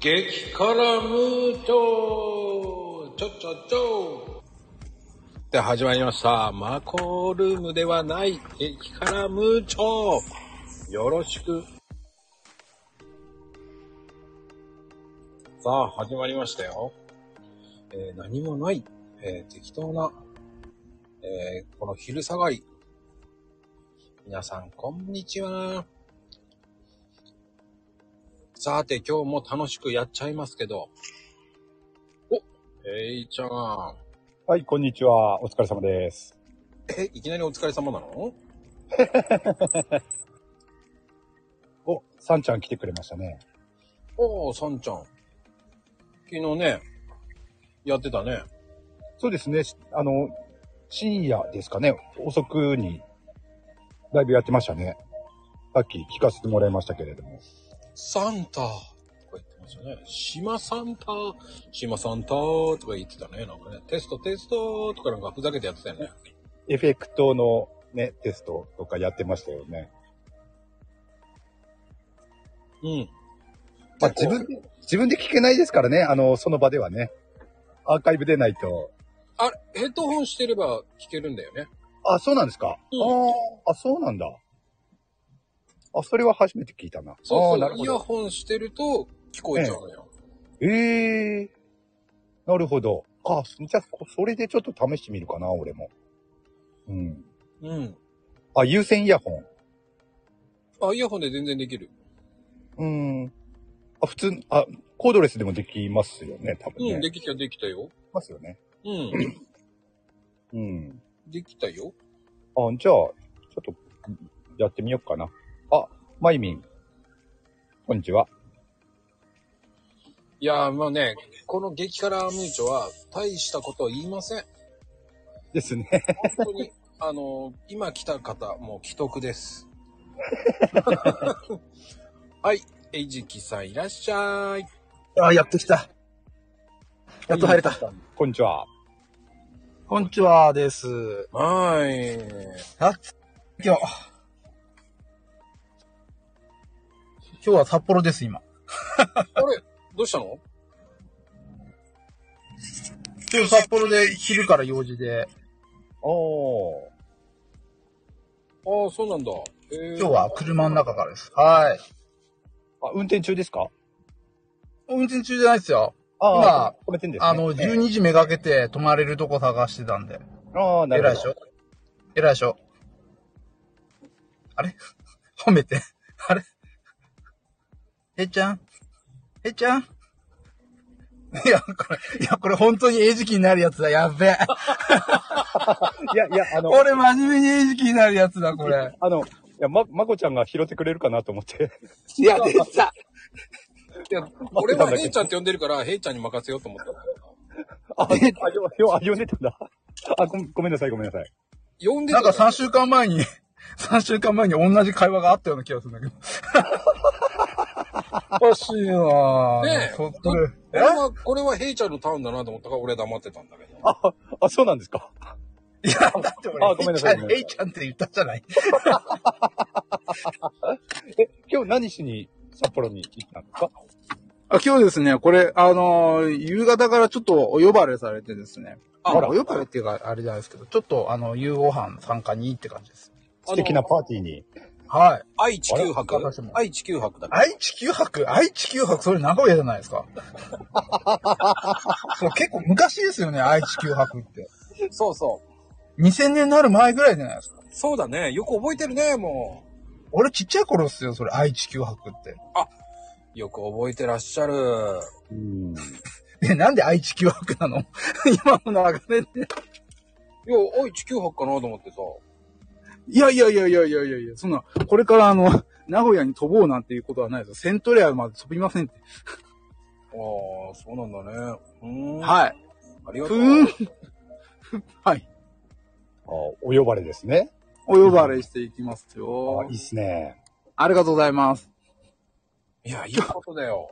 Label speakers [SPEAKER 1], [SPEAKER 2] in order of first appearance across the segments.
[SPEAKER 1] 激辛ムートちょっちょっとで、始まりました。マコールームではない激辛ムーチョよろしく。さあ、始まりましたよ。えー、何もない、えー、適当な、えー、この昼下がり。皆さん、こんにちは。さて、今日も楽しくやっちゃいますけど。お、えい、ー、ちゃん。
[SPEAKER 2] はい、こんにちは。お疲れ様です。
[SPEAKER 1] え、いきなりお疲れ様なの
[SPEAKER 2] お、さんちゃん来てくれましたね。
[SPEAKER 1] おー、さんちゃん。昨日ね、やってたね。
[SPEAKER 2] そうですね。あの、深夜ですかね。遅くに、ライブやってましたね。さっき聞かせてもらいましたけれども。
[SPEAKER 1] サンタとか言ってましたね。島サンタ、島サンタとか言ってたね。なんかね、テストテストとかなんかふざけてやってたよね。
[SPEAKER 2] エフェクトのね、テストとかやってましたよね。
[SPEAKER 1] うん。
[SPEAKER 2] まあ自分で、自分で聞けないですからね。あの、その場ではね。アーカイブ出ないと。
[SPEAKER 1] あれ、ヘッドホンしてれば聞けるんだよね。
[SPEAKER 2] あ、そうなんですか。うん、ああ、そうなんだ。あ、それは初めて聞いたな。
[SPEAKER 1] そう、
[SPEAKER 2] そう
[SPEAKER 1] イヤホンしてると聞こえちゃうのよ。
[SPEAKER 2] ええー、なるほど。あ、じゃあ、それでちょっと試してみるかな、俺も。うん。
[SPEAKER 1] うん。
[SPEAKER 2] あ、有線イヤホン。
[SPEAKER 1] あ、イヤホンで全然できる。
[SPEAKER 2] うん。あ、普通、あ、コードレスでもできますよね、多分、ね。
[SPEAKER 1] うん、できた、できたよ。
[SPEAKER 2] ますよね。
[SPEAKER 1] うん。
[SPEAKER 2] うん。
[SPEAKER 1] できたよ。
[SPEAKER 2] あ、じゃあ、ちょっと、やってみようかな。あ、まゆみん。こんにちは。
[SPEAKER 1] いやー、まあね、この激辛ムーチョは大したこと言いません。
[SPEAKER 2] ですね。
[SPEAKER 1] 本当 に、あのー、今来た方、もう既得です。はい、えいじきさんいらっしゃい。
[SPEAKER 3] あー、やっと来た。やっと入れた。
[SPEAKER 2] こんにちは。
[SPEAKER 3] こんにちはです。
[SPEAKER 1] はーい。
[SPEAKER 3] あ、今日。今日は札幌です、今。
[SPEAKER 1] あれどうしたの
[SPEAKER 3] 今日札幌で昼から用事で。
[SPEAKER 2] あ
[SPEAKER 1] あ。ああ、そうなんだ。
[SPEAKER 3] 今日は車の中からです。はい。
[SPEAKER 2] あ、運転中ですか
[SPEAKER 3] 運転中じゃないですよ。
[SPEAKER 2] あ今、止めてんです、ね、
[SPEAKER 3] あの、12時めがけて泊まれるとこ探してたんで。
[SPEAKER 2] ああ、なるほど。偉
[SPEAKER 3] いでしょ偉いでしょあれ 褒めてあれえちゃんえちゃん いや、これ、いや、これ本当に餌食になるやつだ。やべ え。
[SPEAKER 2] いや、いや、あ の。
[SPEAKER 3] 俺真面目に餌食になるやつだ、これ。
[SPEAKER 2] あの、いや、ま、まこちゃんが拾ってくれるかなと思って。
[SPEAKER 3] いや、出た。
[SPEAKER 1] いや、俺はヘイちゃんって呼んでるから、ヘイちゃんに任せようと思った。
[SPEAKER 2] あ、あ、よ、あ、呼んでたんだ。あ、ごごめんなさい、ごめんなさい。
[SPEAKER 1] 呼んで
[SPEAKER 3] た、ね、なんか3週間前に、3週間前に同じ会話があったような気がするんだ けど。おかしいなぁ。
[SPEAKER 1] ねえ。これは、これはヘイちゃんのターンだなと思ったから俺黙ってたんだけど。
[SPEAKER 2] あ、あ、そうなんですか。
[SPEAKER 3] いや、だって俺、あごめんなさいヘイちゃんって言ったじゃない。
[SPEAKER 2] え、今日何しに札幌に行ったんですか
[SPEAKER 3] あ今日ですね、これ、あのー、夕方からちょっとお呼ばれされてですね。あ、お呼ばれっていうか、あれじゃないですけど、ちょっと、あの、夕ご飯参加にって感じです。
[SPEAKER 2] 素敵なパーティーに。
[SPEAKER 3] はい。
[SPEAKER 1] 愛地球博愛地球博だ
[SPEAKER 3] 愛地球博愛地球博それ名古屋じゃないです か。そう結構昔ですよね、愛地球博って。。
[SPEAKER 1] そうそう
[SPEAKER 3] 2000年になる前ぐらいじゃないですか。
[SPEAKER 1] そうだね。よく覚えてるね、も
[SPEAKER 3] う。俺ちっちゃい頃っすよ、それ、愛地球博って。
[SPEAKER 1] あ、よく覚えてらっしゃる。
[SPEAKER 2] うん。
[SPEAKER 3] え、なんで愛地球博なの 今の流れで。
[SPEAKER 1] いや、愛地球博かなと思ってさ。
[SPEAKER 3] いやいやいやいやいやいやいや、そんな、これからあの、 名古屋に飛ぼうなんていうことはないですよ。セントレアまで飛びませんって。
[SPEAKER 1] ああ、そうなんだね。
[SPEAKER 3] うん。はい。
[SPEAKER 1] ありがとう。うん。
[SPEAKER 3] はい。
[SPEAKER 2] あお呼ばれですね。
[SPEAKER 3] お呼ばれしていきますよ。
[SPEAKER 2] あいいっすね。
[SPEAKER 3] ありがとうございます。
[SPEAKER 1] いや、いいことだよ。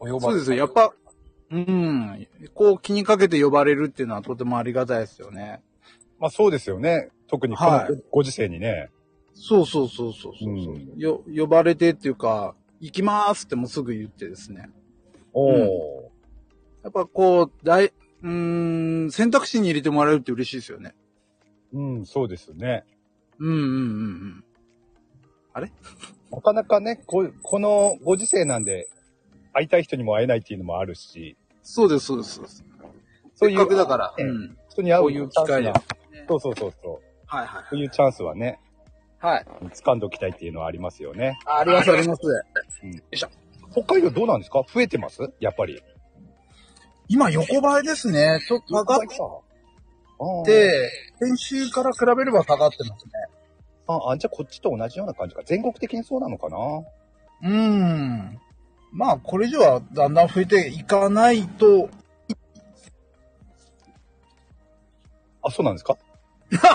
[SPEAKER 3] お呼ばれ。そうですよ。やっぱ、うん。こう気にかけて呼ばれるっていうのはとてもありがたいですよね。
[SPEAKER 2] まあそうですよね。特にこのご時世にね。はい、
[SPEAKER 3] そうそうそうそうそう、うん、よ。呼ばれてっていうか、行きますってもすぐ言ってですね。
[SPEAKER 1] おー。
[SPEAKER 3] やっぱこう、だい、うーん、選択肢に入れてもらえるって嬉しいですよね。
[SPEAKER 2] うん、そうですね。
[SPEAKER 3] うんうんうんうん。
[SPEAKER 2] なかなかね、ここのご時世なんで、会いたい人にも会えないっていうのもあるし、
[SPEAKER 3] そうです、そうです、そうです。
[SPEAKER 2] そう
[SPEAKER 3] せ
[SPEAKER 2] い
[SPEAKER 3] っ
[SPEAKER 2] う
[SPEAKER 3] かくだから。
[SPEAKER 2] ええ
[SPEAKER 3] うん。
[SPEAKER 2] 人に会うチャンス
[SPEAKER 3] こういう機会
[SPEAKER 2] が
[SPEAKER 3] で
[SPEAKER 2] そうそうそうそう。
[SPEAKER 3] はいはい。
[SPEAKER 2] そういうチャンスはね、
[SPEAKER 3] はい。
[SPEAKER 2] 掴んでおきたいっていうのはありますよね。
[SPEAKER 3] あります、あります。
[SPEAKER 2] 北海道どうなんですか増えてますやっぱり。
[SPEAKER 3] 今、横ばいですね。ちょっと上がっ
[SPEAKER 2] ああ、
[SPEAKER 3] て、先週から比べれば下がってますね。
[SPEAKER 2] ああ、じゃあこっちと同じような感じか。全国的にそうなのかな
[SPEAKER 3] うーん。まあ、これ以上はだんだん増えていかないと、
[SPEAKER 2] あ、そうなんですか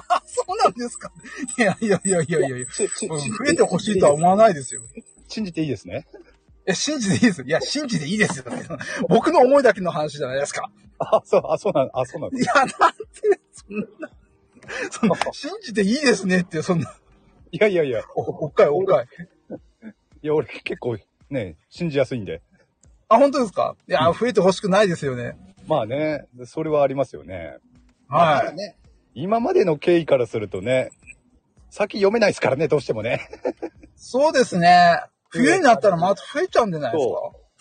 [SPEAKER 3] あ、そうなんですか。いやいやいやいやいやいや。
[SPEAKER 2] ちち
[SPEAKER 3] うん
[SPEAKER 2] 信じ
[SPEAKER 3] 増えてほしいとは思わないですよ。い
[SPEAKER 2] 信じていいですね。
[SPEAKER 3] や、信じていいですよ。いや、信じていいですよ。僕の思いだけの話じゃないですか。
[SPEAKER 2] あ、そう、あ、そうなん、あ、そうなん
[SPEAKER 3] い
[SPEAKER 2] で
[SPEAKER 3] や、なんて、そんな、その、信じていいですねって、そんな、
[SPEAKER 2] すいやいやいや、
[SPEAKER 3] おおっかいおっかい。
[SPEAKER 2] いや、俺結構ね、信じやすいんで。
[SPEAKER 3] あ、本当ですかいや、増えてほしくないですよね。
[SPEAKER 2] まあね、それはありますよね。
[SPEAKER 3] は
[SPEAKER 2] ただ
[SPEAKER 3] い。
[SPEAKER 2] ね、今までの経緯からするとね、先読めないですからね、どうしてもね。
[SPEAKER 3] そうですね。冬になったらまた増えちゃうんじゃないです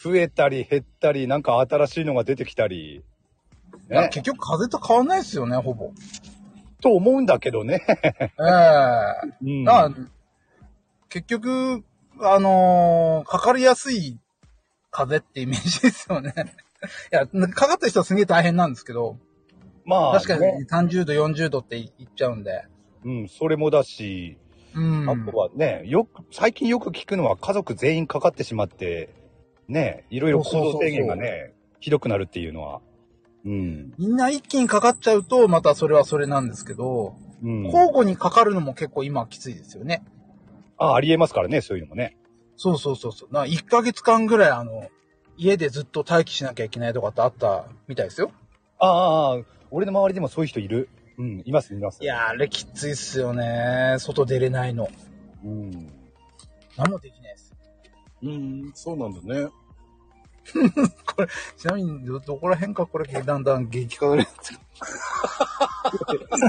[SPEAKER 3] か
[SPEAKER 2] 増えたり減ったり、なんか新しいのが出てきたり。
[SPEAKER 3] いや
[SPEAKER 2] ね、
[SPEAKER 3] 結局風と変わんないですよね、ほぼ。
[SPEAKER 2] と思うんだけどね。
[SPEAKER 3] ええ
[SPEAKER 2] うん
[SPEAKER 3] だから結局、あのーかかりやすい風ってイメージですよね。 いや、かかった人はすげえ大変なんですけど、
[SPEAKER 2] まあ、
[SPEAKER 3] 確かに30度、40度っていいっちゃうんで。
[SPEAKER 2] ね。うん、それもだし、
[SPEAKER 3] うん。
[SPEAKER 2] あとはね、よく、最近よく聞くのは家族全員かかってしまって、ね、いろいろ行動制限が
[SPEAKER 3] そう
[SPEAKER 2] ね、ひどくなるっていうのは。うん。
[SPEAKER 3] みんな一気にかかっちゃうと、またそれはそれなんですけど、
[SPEAKER 2] うん。
[SPEAKER 3] 交互にかかるのも結構今きついですよね。
[SPEAKER 2] あ、ありえますからね、そういうのもね。
[SPEAKER 3] そうそうそうそう。な1ヶ月間ぐらい、あの、家でずっと待機しなきゃいけないとかってあったみたいですよ。
[SPEAKER 2] ああああ、俺の周りでもそういう人いる。うん、います、います。
[SPEAKER 3] いやー、あれきついっすよね。外出れないの。
[SPEAKER 2] うん。
[SPEAKER 3] 何もできないです。
[SPEAKER 1] うん、そうなんだね。
[SPEAKER 3] ちなみに、ど、どこら辺かこれ、だんだん激化が出てる。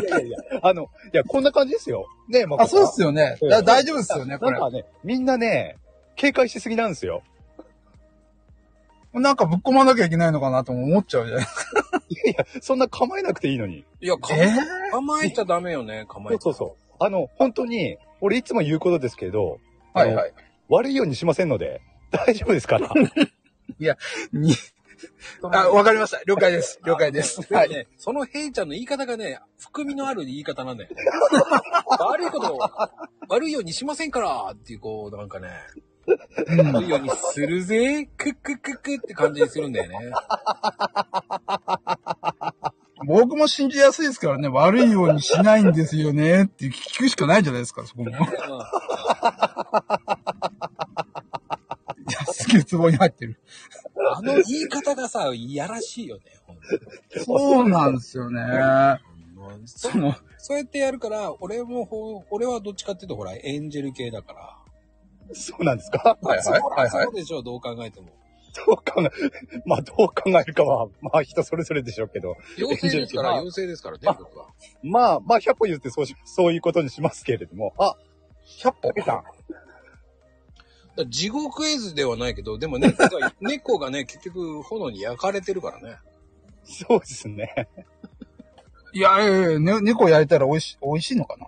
[SPEAKER 2] いやいやいや、あの、いや、こんな感じですよ。ねえ、ま
[SPEAKER 3] あ、そうっすよね。
[SPEAKER 2] うん
[SPEAKER 3] だ大丈夫っすよね、これ
[SPEAKER 2] なん。かね、みんなね、警戒しすぎなんですよ。
[SPEAKER 3] なんかぶっ込まなきゃいけないのかなとも思っちゃうじゃないですか。
[SPEAKER 2] そんな構えなくていいのに。
[SPEAKER 1] いや、構え構えちゃダメよね、構
[SPEAKER 2] そ
[SPEAKER 1] え
[SPEAKER 2] う
[SPEAKER 1] ち
[SPEAKER 2] そ
[SPEAKER 1] ゃ。
[SPEAKER 2] うそう。あの、本当に、俺いつも言うことですけど、
[SPEAKER 3] はいはい。
[SPEAKER 2] 悪いようにしませんので、大丈夫ですから。
[SPEAKER 3] に、 あ、わかりました。了解です。了解です。 は。
[SPEAKER 1] はいね、そのヘイちゃんの言い方がね、含みのある言い方なんだよ。悪いこと、悪いようにしませんからっていう、こう、なんかね、悪いようにするぜ、クックックックって感じにするんだよね。
[SPEAKER 3] 僕も信じやすいですからね、悪いようにしないんですよね、って聞くしかないじゃないですか、そこも。いや、すげえツボに入ってる。
[SPEAKER 1] あの言い方がさ、いやらしいよね、ほんと
[SPEAKER 3] そうなんですよね。
[SPEAKER 1] もうそ
[SPEAKER 3] その、
[SPEAKER 1] そうやってやるから、俺もほう、俺はどっちかっていうと、ほら、エンジェル系だから。
[SPEAKER 2] そうなんですか
[SPEAKER 3] はいはいはいはい
[SPEAKER 1] そうでしょう、どう考えても。
[SPEAKER 2] どう考え、まあどう考えるかは、まあ人それぞれでしょうけど。
[SPEAKER 1] 妖精ですから、妖精ですからね、僕は。
[SPEAKER 2] まあ、まあ100歩言ってそうし、そういうことにしますけれども。あ、100歩出た。
[SPEAKER 1] だから地獄絵図ではないけど、でも猫が、猫がね、結局炎に焼かれてるからね。
[SPEAKER 2] そうですね。
[SPEAKER 3] いや、いやいや、ね猫焼いたら美味しい、美味しいのかな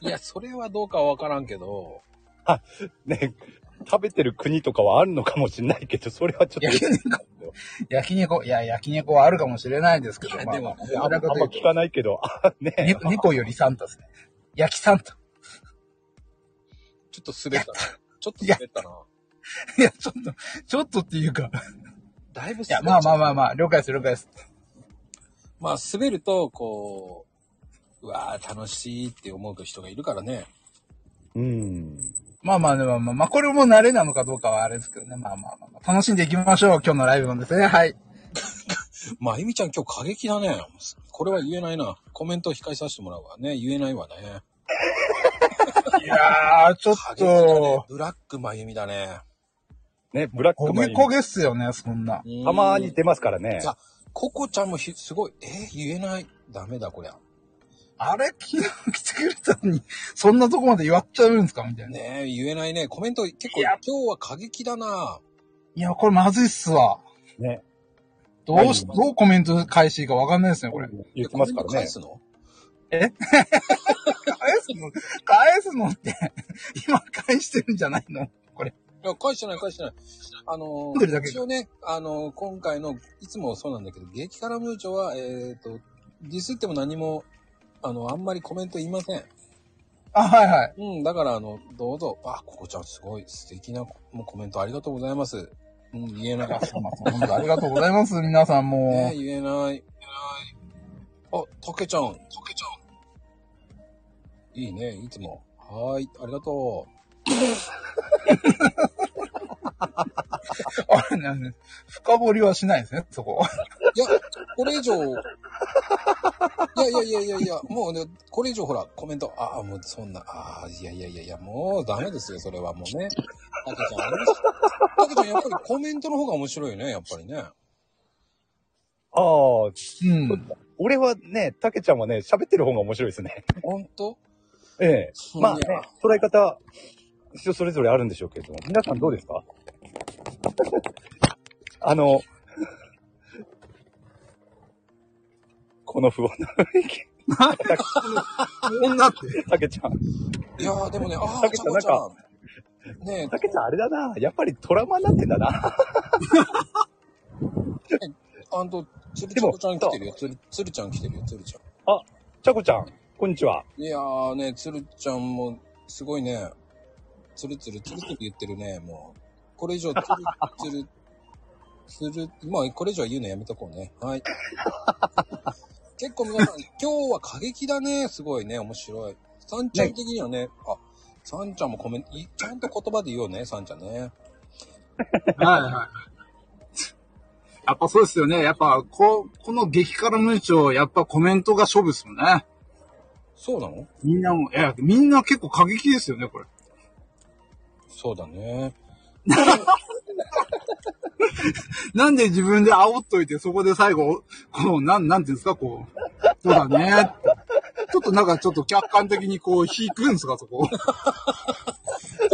[SPEAKER 3] い
[SPEAKER 1] や、それはどうかわからんけど、
[SPEAKER 2] ね、食べてる国とかはあるのかもしれないけど、それはちょっと。
[SPEAKER 3] 焼焼肉、いや、焼肉はあるかもしれないですけど、
[SPEAKER 1] いや
[SPEAKER 3] まあ
[SPEAKER 1] でも
[SPEAKER 3] まあ
[SPEAKER 2] あんま
[SPEAKER 3] 油か
[SPEAKER 2] あん
[SPEAKER 3] とい
[SPEAKER 2] ま
[SPEAKER 3] うと
[SPEAKER 2] 聞かないけど、あ、ね。
[SPEAKER 3] 猫猫よりサンタですね。焼きサンタ。
[SPEAKER 1] ちょっと滑ったな。ちょっと滑ったな。
[SPEAKER 3] いや、ちょっと、ちょっとっていうか。
[SPEAKER 1] だいぶ滑っ
[SPEAKER 3] い
[SPEAKER 1] ちゃ
[SPEAKER 3] や、
[SPEAKER 1] う
[SPEAKER 3] まあまあまあまあ、了解です、了解です。
[SPEAKER 1] まあ、滑ると、こう、うわー楽しいって思う人がいるからね。
[SPEAKER 2] うん。
[SPEAKER 3] まあまあね、まあまあ、まあ、これも慣れなのかどうかはあれですけどね。まあまあまあまあ、楽しんでいきましょう。今日のライブもですね。はい。
[SPEAKER 1] まあ、ゆみちゃん今日過激だね。これは言えないな。コメント控えさせてもらうわね。言えないわね。
[SPEAKER 3] いやー、ちょっ
[SPEAKER 1] 過激だね
[SPEAKER 3] と、。
[SPEAKER 1] ブラックまゆみだね。
[SPEAKER 2] ね、ブラッ
[SPEAKER 3] 焦
[SPEAKER 2] クマ
[SPEAKER 3] げ
[SPEAKER 2] ン。
[SPEAKER 3] 焦げっすよね、そんな。
[SPEAKER 2] たまに出ますからね
[SPEAKER 1] じ。ゃあココちゃんもひすごい。えー言えない。ダメだ、こりゃ。
[SPEAKER 3] あれ、 昨日来てくれたのに、そんなとこまで言わっちゃうんですかみたいな。
[SPEAKER 1] ねえ、言えないね。コメント結構、
[SPEAKER 3] いや
[SPEAKER 1] 今日は過激だな。
[SPEAKER 3] いや、これまずいっすわ。
[SPEAKER 2] ね。
[SPEAKER 3] どうし、どうコメント返していいかわかんないですね、これ。
[SPEAKER 2] 言ってますか
[SPEAKER 1] コ
[SPEAKER 2] ら
[SPEAKER 1] メント返
[SPEAKER 2] ね。
[SPEAKER 1] すの
[SPEAKER 3] 返すの、返すのって、 今返してるんじゃないの
[SPEAKER 1] いや、返してない、返してない。あの
[SPEAKER 3] んでるだ
[SPEAKER 1] ー、
[SPEAKER 3] け
[SPEAKER 1] 一応ね、あのー、今回の、いつもそうなんだけど、激辛ムーチョは、えっ、と、ディスっても何も、あの、あんまりコメント言いません。
[SPEAKER 3] あ、はいはい。
[SPEAKER 1] うん、だから、あの、どうぞ、あ、ココちゃんすごい素敵なもうコメントありがとうございます。うん、言えない。ね
[SPEAKER 3] 本当ありがとうございます、皆さんもう。
[SPEAKER 1] 言えない。言えない。あ、たけちゃん、たけちゃん。いいね、いつも。はーい、ありがとう。
[SPEAKER 3] あれなんで深掘りはしないですね、そこ。
[SPEAKER 1] いや、これ以上、いやいやいやいやいや、もうね、これ以上ほら、コメント、ああ、もうそんな、ああ、いやいやいやいや、もうダメですよ、それはもうね。たけちゃんあれです、たけちゃん、やっぱりコメントの方が面白いよね、やっぱりね。
[SPEAKER 2] ああ、
[SPEAKER 3] うん。
[SPEAKER 2] 俺はね、たけちゃんはね、喋ってる方が面白いですね。
[SPEAKER 1] ほんと
[SPEAKER 2] ええ。まあ、
[SPEAKER 1] い
[SPEAKER 2] ね
[SPEAKER 1] や、
[SPEAKER 2] 捉え方、人それぞれあるんでしょうけれども、皆さんどうですか あの、 この不穏な雰囲気、
[SPEAKER 3] 女って。
[SPEAKER 2] たけちゃん。
[SPEAKER 1] いやーでもね、ああ、
[SPEAKER 2] た
[SPEAKER 1] ち
[SPEAKER 2] け
[SPEAKER 1] ゃ
[SPEAKER 2] ちゃん
[SPEAKER 1] こちゃん。ね
[SPEAKER 2] たけちゃんあれだな、やっぱりトラウマになってんだな。
[SPEAKER 1] え、あんと、つる
[SPEAKER 2] で
[SPEAKER 1] ちゃ
[SPEAKER 2] も
[SPEAKER 1] こちゃん来てるよ、つる、つるちゃん来てるよ、つるちゃ
[SPEAKER 2] ちゃこちゃん、こんにちは。
[SPEAKER 1] ん。いやーね、つるちゃんも、すごいね、つるつるつるつる言ってるね、もう。これ以上、つるつる、つる、まあ、これ以上は言うのやめとこうね。 はい。結構皆さん、今日は過激だね、すごいね、面白い。さんちゃん的にはね、あ、さんちゃんもコメント、いちゃんと言葉で言おうね、さんちゃんね。
[SPEAKER 3] はいはい。やっぱそうですよね。やっぱ、こ、この激辛無調、やっぱコメントが勝負ですもんね。
[SPEAKER 1] そうなの
[SPEAKER 3] みんなも、いや、みんな結構過激ですよね、これ。
[SPEAKER 1] そうだね。
[SPEAKER 3] なんで自分で煽っといて、そこで最後、この、なん、なんていうんですか、こう。そうだね。ちょっとなんかちょっと客観的にこう、引くんですか、そこ。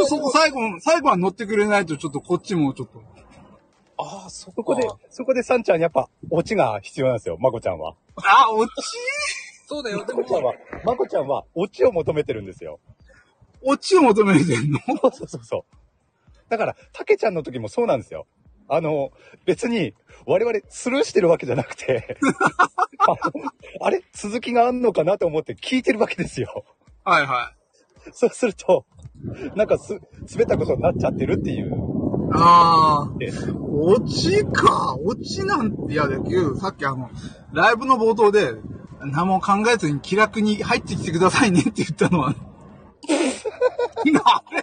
[SPEAKER 3] そこ最後、最後は乗ってくれないと、ちょっとこっちもちょっと。
[SPEAKER 1] ああ、そっか
[SPEAKER 2] そこで、そこでさんちゃん、やっぱ、オチが必要なんですよ、まこちゃんは。
[SPEAKER 3] あ、落ち
[SPEAKER 1] そうだよ、で
[SPEAKER 2] まこちゃん
[SPEAKER 1] も
[SPEAKER 2] は、、まこちゃんは、オチを求めてるんです よ。
[SPEAKER 3] 落ちを求めてんの
[SPEAKER 2] そうそうそうそう。だから、たけちゃんの時もそうなんですよ。あの、別に、我々スルーしてるわけじゃなく て、あのあれ続きがあんのかなと思って聞いてるわけですよ。
[SPEAKER 3] はいは
[SPEAKER 2] そうすると、なんかす、滑ったことになっちゃってるっていう。
[SPEAKER 3] い。ああ。
[SPEAKER 2] で
[SPEAKER 3] 落ちか。落ちなんて、いや、できる。さっきあの、ライブの冒頭で、何も考えずに気楽に入ってきてくださいねって言ったのは、なあれいや、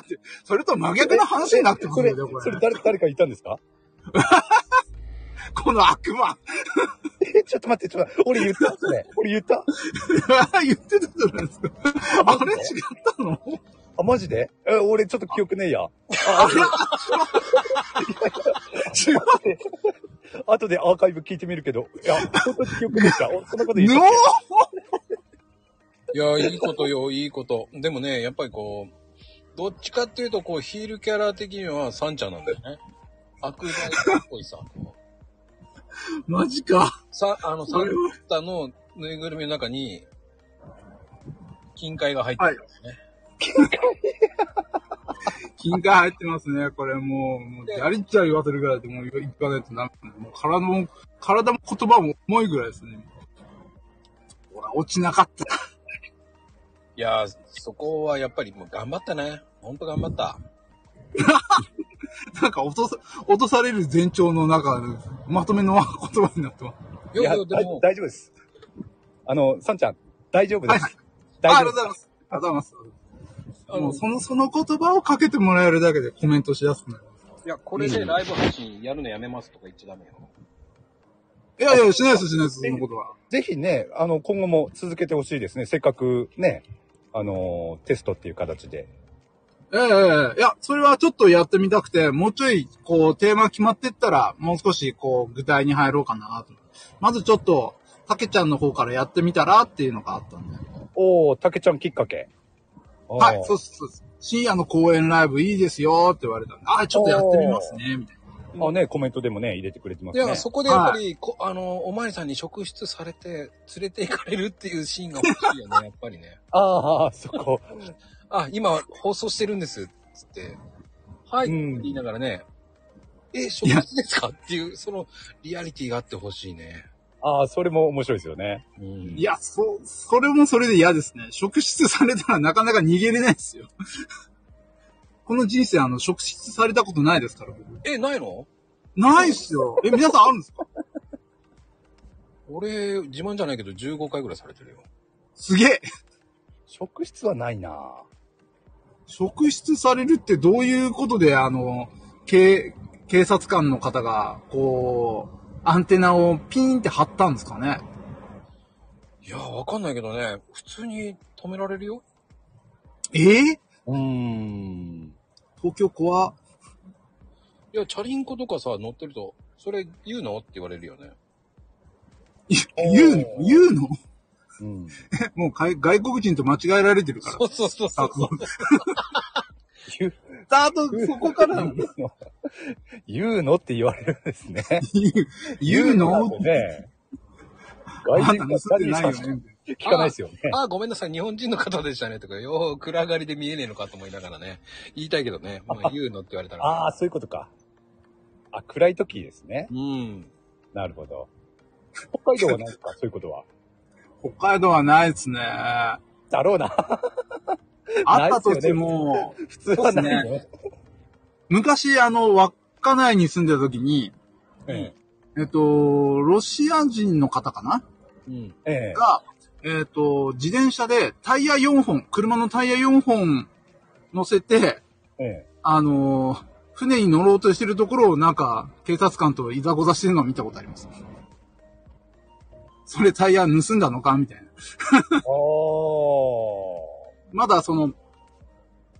[SPEAKER 3] ってそれと真逆の話になってく
[SPEAKER 2] それ、
[SPEAKER 3] るよね、こ
[SPEAKER 2] それ
[SPEAKER 3] れ。
[SPEAKER 2] 誰、誰かいたんですか
[SPEAKER 3] この悪魔。
[SPEAKER 2] え、ちょっと待って、ちょっと待って、俺言ったそれ。俺言った
[SPEAKER 3] 言ってたじゃないですか。あれ違ったの
[SPEAKER 2] あ、マジでえ、俺ちょっと記憶ねえや。
[SPEAKER 3] 違う。
[SPEAKER 2] 後でアーカイブ聞いてみるけど、いや、本当に記憶ねえじゃん。俺そんなこと言っ
[SPEAKER 3] ぬ
[SPEAKER 2] た
[SPEAKER 3] お
[SPEAKER 2] っけ
[SPEAKER 1] いや、いいことよ、いいこと。でもね、やっぱりこう、どっちかっていうと、こう、ヒールキャラ的にはサンちゃんなんだよね。悪大っぽいさ、こう。
[SPEAKER 3] マジか。
[SPEAKER 1] さ、あの、サンタのぬいぐるみの中に、金塊が入ってるんだよね。
[SPEAKER 3] 金塊入ってますね、これもう。もうやりっちゃ言わせるぐらいで、もう行かないとならない。もう体も、体も言葉も重いぐらいですね。ほら、落ちなかった。
[SPEAKER 1] い、やー、そこはやっぱりもう頑張ったね。ほんと頑張った。
[SPEAKER 3] なんか落とさ、落とされる前兆の中、まとめの言葉になってます。
[SPEAKER 1] よい
[SPEAKER 2] いや
[SPEAKER 1] よ、で
[SPEAKER 2] 大
[SPEAKER 1] も、
[SPEAKER 2] 大丈夫です。あの、さんちゃん、大丈夫です。
[SPEAKER 3] はい
[SPEAKER 2] 大
[SPEAKER 3] ああ
[SPEAKER 2] 丈
[SPEAKER 3] りがとう
[SPEAKER 2] 夫
[SPEAKER 3] ございます。ありがとうござい
[SPEAKER 1] あ
[SPEAKER 3] ます。も
[SPEAKER 1] の
[SPEAKER 3] う、その、その言葉をかけてもらえるだけでコメントしやすくなる。
[SPEAKER 1] いや、これでライブ配信やるのやめますとか言っちゃダメよ。
[SPEAKER 3] いやいや、しないです、しないです、そのことは。
[SPEAKER 2] ぜひね、あの、今後も続けてほしいですね。せっかくね、あのー、テストっていう形で。
[SPEAKER 3] ええいや、それはちょっとやってみたくて、もうちょい、こう、テーマ決まってったら、もう少し、こう、具体に入ろうかなと。まずちょっと、たけちゃんの方からやってみたらっていうのがあったんで。
[SPEAKER 2] おー、たけちゃんきっかけ。
[SPEAKER 3] はい、
[SPEAKER 2] あー
[SPEAKER 3] そうですそうです。深夜の公演ライブいいですよって言われたんで、あ、ちょっとやってみますね、みたいな。
[SPEAKER 2] あね、コメントでもね、入れてくれてま
[SPEAKER 1] い
[SPEAKER 2] すね。
[SPEAKER 1] や、そこでやっぱり、こあの、おまりさんに職質されて、連れて行かれるっていうシーンが欲しいよね、やっぱりね。
[SPEAKER 2] ああ、そこ。
[SPEAKER 1] あ、今、放送してるんです、つって。はい、
[SPEAKER 2] うん
[SPEAKER 1] 言いながらね、え、職質ですかっていう、その、リアリティがあってほしいね。
[SPEAKER 2] ああ、それも面白いですよね。
[SPEAKER 1] うん。
[SPEAKER 3] いや、そ、それもそれで嫌ですね。職質されたらなかなか逃げれないですよ。この人生、あの、職質されたことないですから、僕
[SPEAKER 1] え、ないの
[SPEAKER 3] ないっすよ。え、皆さんあるんですか
[SPEAKER 1] 俺、自慢じゃないけど、15回ぐらいされてるよ。
[SPEAKER 3] すげえ。
[SPEAKER 2] 職質はないな
[SPEAKER 3] 職質されるってどういうことで、あの、警、警察官の方が、こう、アンテナをピーンって張ったんですかね。
[SPEAKER 1] いや、わかんないけどね、普通に止められるよ。
[SPEAKER 3] えー、
[SPEAKER 2] うーん。
[SPEAKER 3] 東京怖
[SPEAKER 1] いや、チャリンコとかさ、乗ってると、それ言うのって言われるよね。
[SPEAKER 3] い言うの言うの
[SPEAKER 2] うん。
[SPEAKER 3] もうかい外国人と間違えられてるから
[SPEAKER 1] そ。うそうそうそ
[SPEAKER 3] あ
[SPEAKER 1] う。
[SPEAKER 3] こう
[SPEAKER 2] 言う、
[SPEAKER 3] スタート、そこから
[SPEAKER 2] 言うのって言われるんですね。
[SPEAKER 3] 言う、 言うの
[SPEAKER 2] な んてね。
[SPEAKER 3] あ
[SPEAKER 2] 外
[SPEAKER 3] ん
[SPEAKER 2] 人
[SPEAKER 3] た
[SPEAKER 2] が
[SPEAKER 3] 盗んでないよ
[SPEAKER 2] 外人
[SPEAKER 3] ね。
[SPEAKER 2] しか聞かないですよね。
[SPEAKER 1] あ、ごめんなさい、日本人の方でしたね、とか、よー、暗がりで見えねえのかと思いながらね、言いたいけどね、まあ、 言うのって言われたら。
[SPEAKER 2] ああ、そういうことか。あ、暗い時ですね。
[SPEAKER 1] うん。
[SPEAKER 2] なるほど。北海道はないですか、そういうことは。
[SPEAKER 3] 北海道はないですね。あ
[SPEAKER 2] だろうな。
[SPEAKER 3] ったとしても、
[SPEAKER 2] 普通はないね。
[SPEAKER 3] 昔、あの、稚内に住んでた時に、
[SPEAKER 1] す
[SPEAKER 2] え
[SPEAKER 1] ね
[SPEAKER 3] えっと、ロシア人の方かな
[SPEAKER 1] うん。
[SPEAKER 2] えええ
[SPEAKER 3] が、えっと、自転車でタイヤ4本、車のタイヤ4本乗せて、
[SPEAKER 2] ええ
[SPEAKER 3] あのー船に乗ろうとしてるところをなんか、警察官といざこざしてるのを見たことあります。それタイヤ盗んだのかみたいな。
[SPEAKER 2] ああ。
[SPEAKER 3] まだその、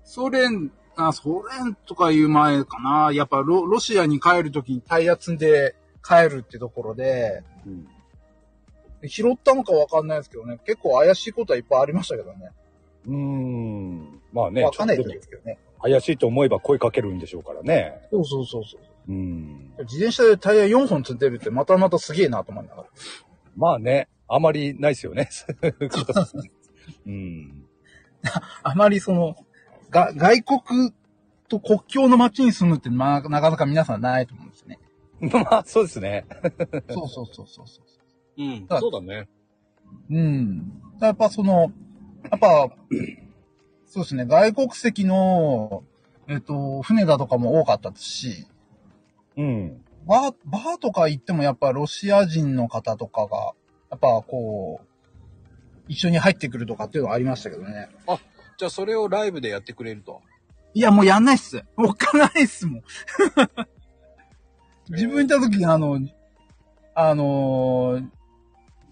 [SPEAKER 3] ソ連、あ、ソ連とかいう前かな。やっぱロロシアに帰るときにタイヤ積んで帰るってところで、
[SPEAKER 2] うん
[SPEAKER 3] 拾ったのかわかんないですけどね、結構怪しいことはいっぱいありましたけどね。
[SPEAKER 2] うーん。まあね、
[SPEAKER 3] わかんない
[SPEAKER 2] ちょっと
[SPEAKER 3] 時
[SPEAKER 2] で
[SPEAKER 3] ですけどね。
[SPEAKER 2] も怪しいと思えば声かけるんでしょうからね。
[SPEAKER 3] そうそうそうそう。
[SPEAKER 2] うん。
[SPEAKER 3] 自転車でタイヤ4本積んでるってまたまたすげえなと思いながら。
[SPEAKER 2] まあね、あまりないです よね。そういうことうん。
[SPEAKER 3] あまりその、が、外国と国境の街に住むってな、なかなか皆さんないと思うんですよね。
[SPEAKER 2] まあ、そうですね。
[SPEAKER 3] そうそうそうそうそう。
[SPEAKER 1] うん。
[SPEAKER 3] あ
[SPEAKER 1] そうだね。
[SPEAKER 3] うん。やっぱその、やっぱ、そうですね、外国籍の、えっと、船だとかも多かったですし、
[SPEAKER 2] うん。
[SPEAKER 3] バー、バーとか行ってもやっぱロシア人の方とかが、やっぱこう、一緒に入ってくるとかっていうのはありましたけどね。
[SPEAKER 1] じゃあ、それをライブでやってくれると。
[SPEAKER 3] いや、もうやんないっす。おっかないっすもん。自分いた時にあの、あのー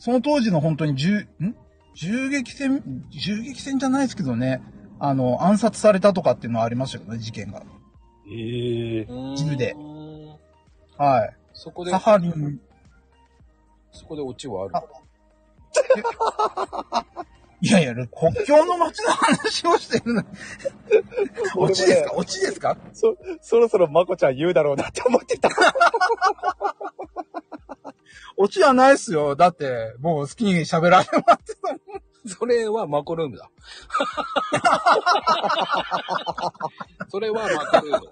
[SPEAKER 3] その当時の本当に銃、ん銃撃戦、銃撃戦じゃないですけどね、あの、暗殺されたとかっていうのはありましたけどね、事件が。
[SPEAKER 2] ええ
[SPEAKER 1] 自
[SPEAKER 3] 自由で。はい。
[SPEAKER 1] そこで
[SPEAKER 3] サ、ハリン、
[SPEAKER 1] そこでオチはある。
[SPEAKER 3] あいやいや、国境の街の話をしてるの。オチですかオチですか
[SPEAKER 2] そ、そろそろまこちゃん言うだろうなって思ってた。
[SPEAKER 3] オチはないっすよ。だって、もう好きに喋られまってたもん
[SPEAKER 1] それはマコルームだ。それはマコルーム。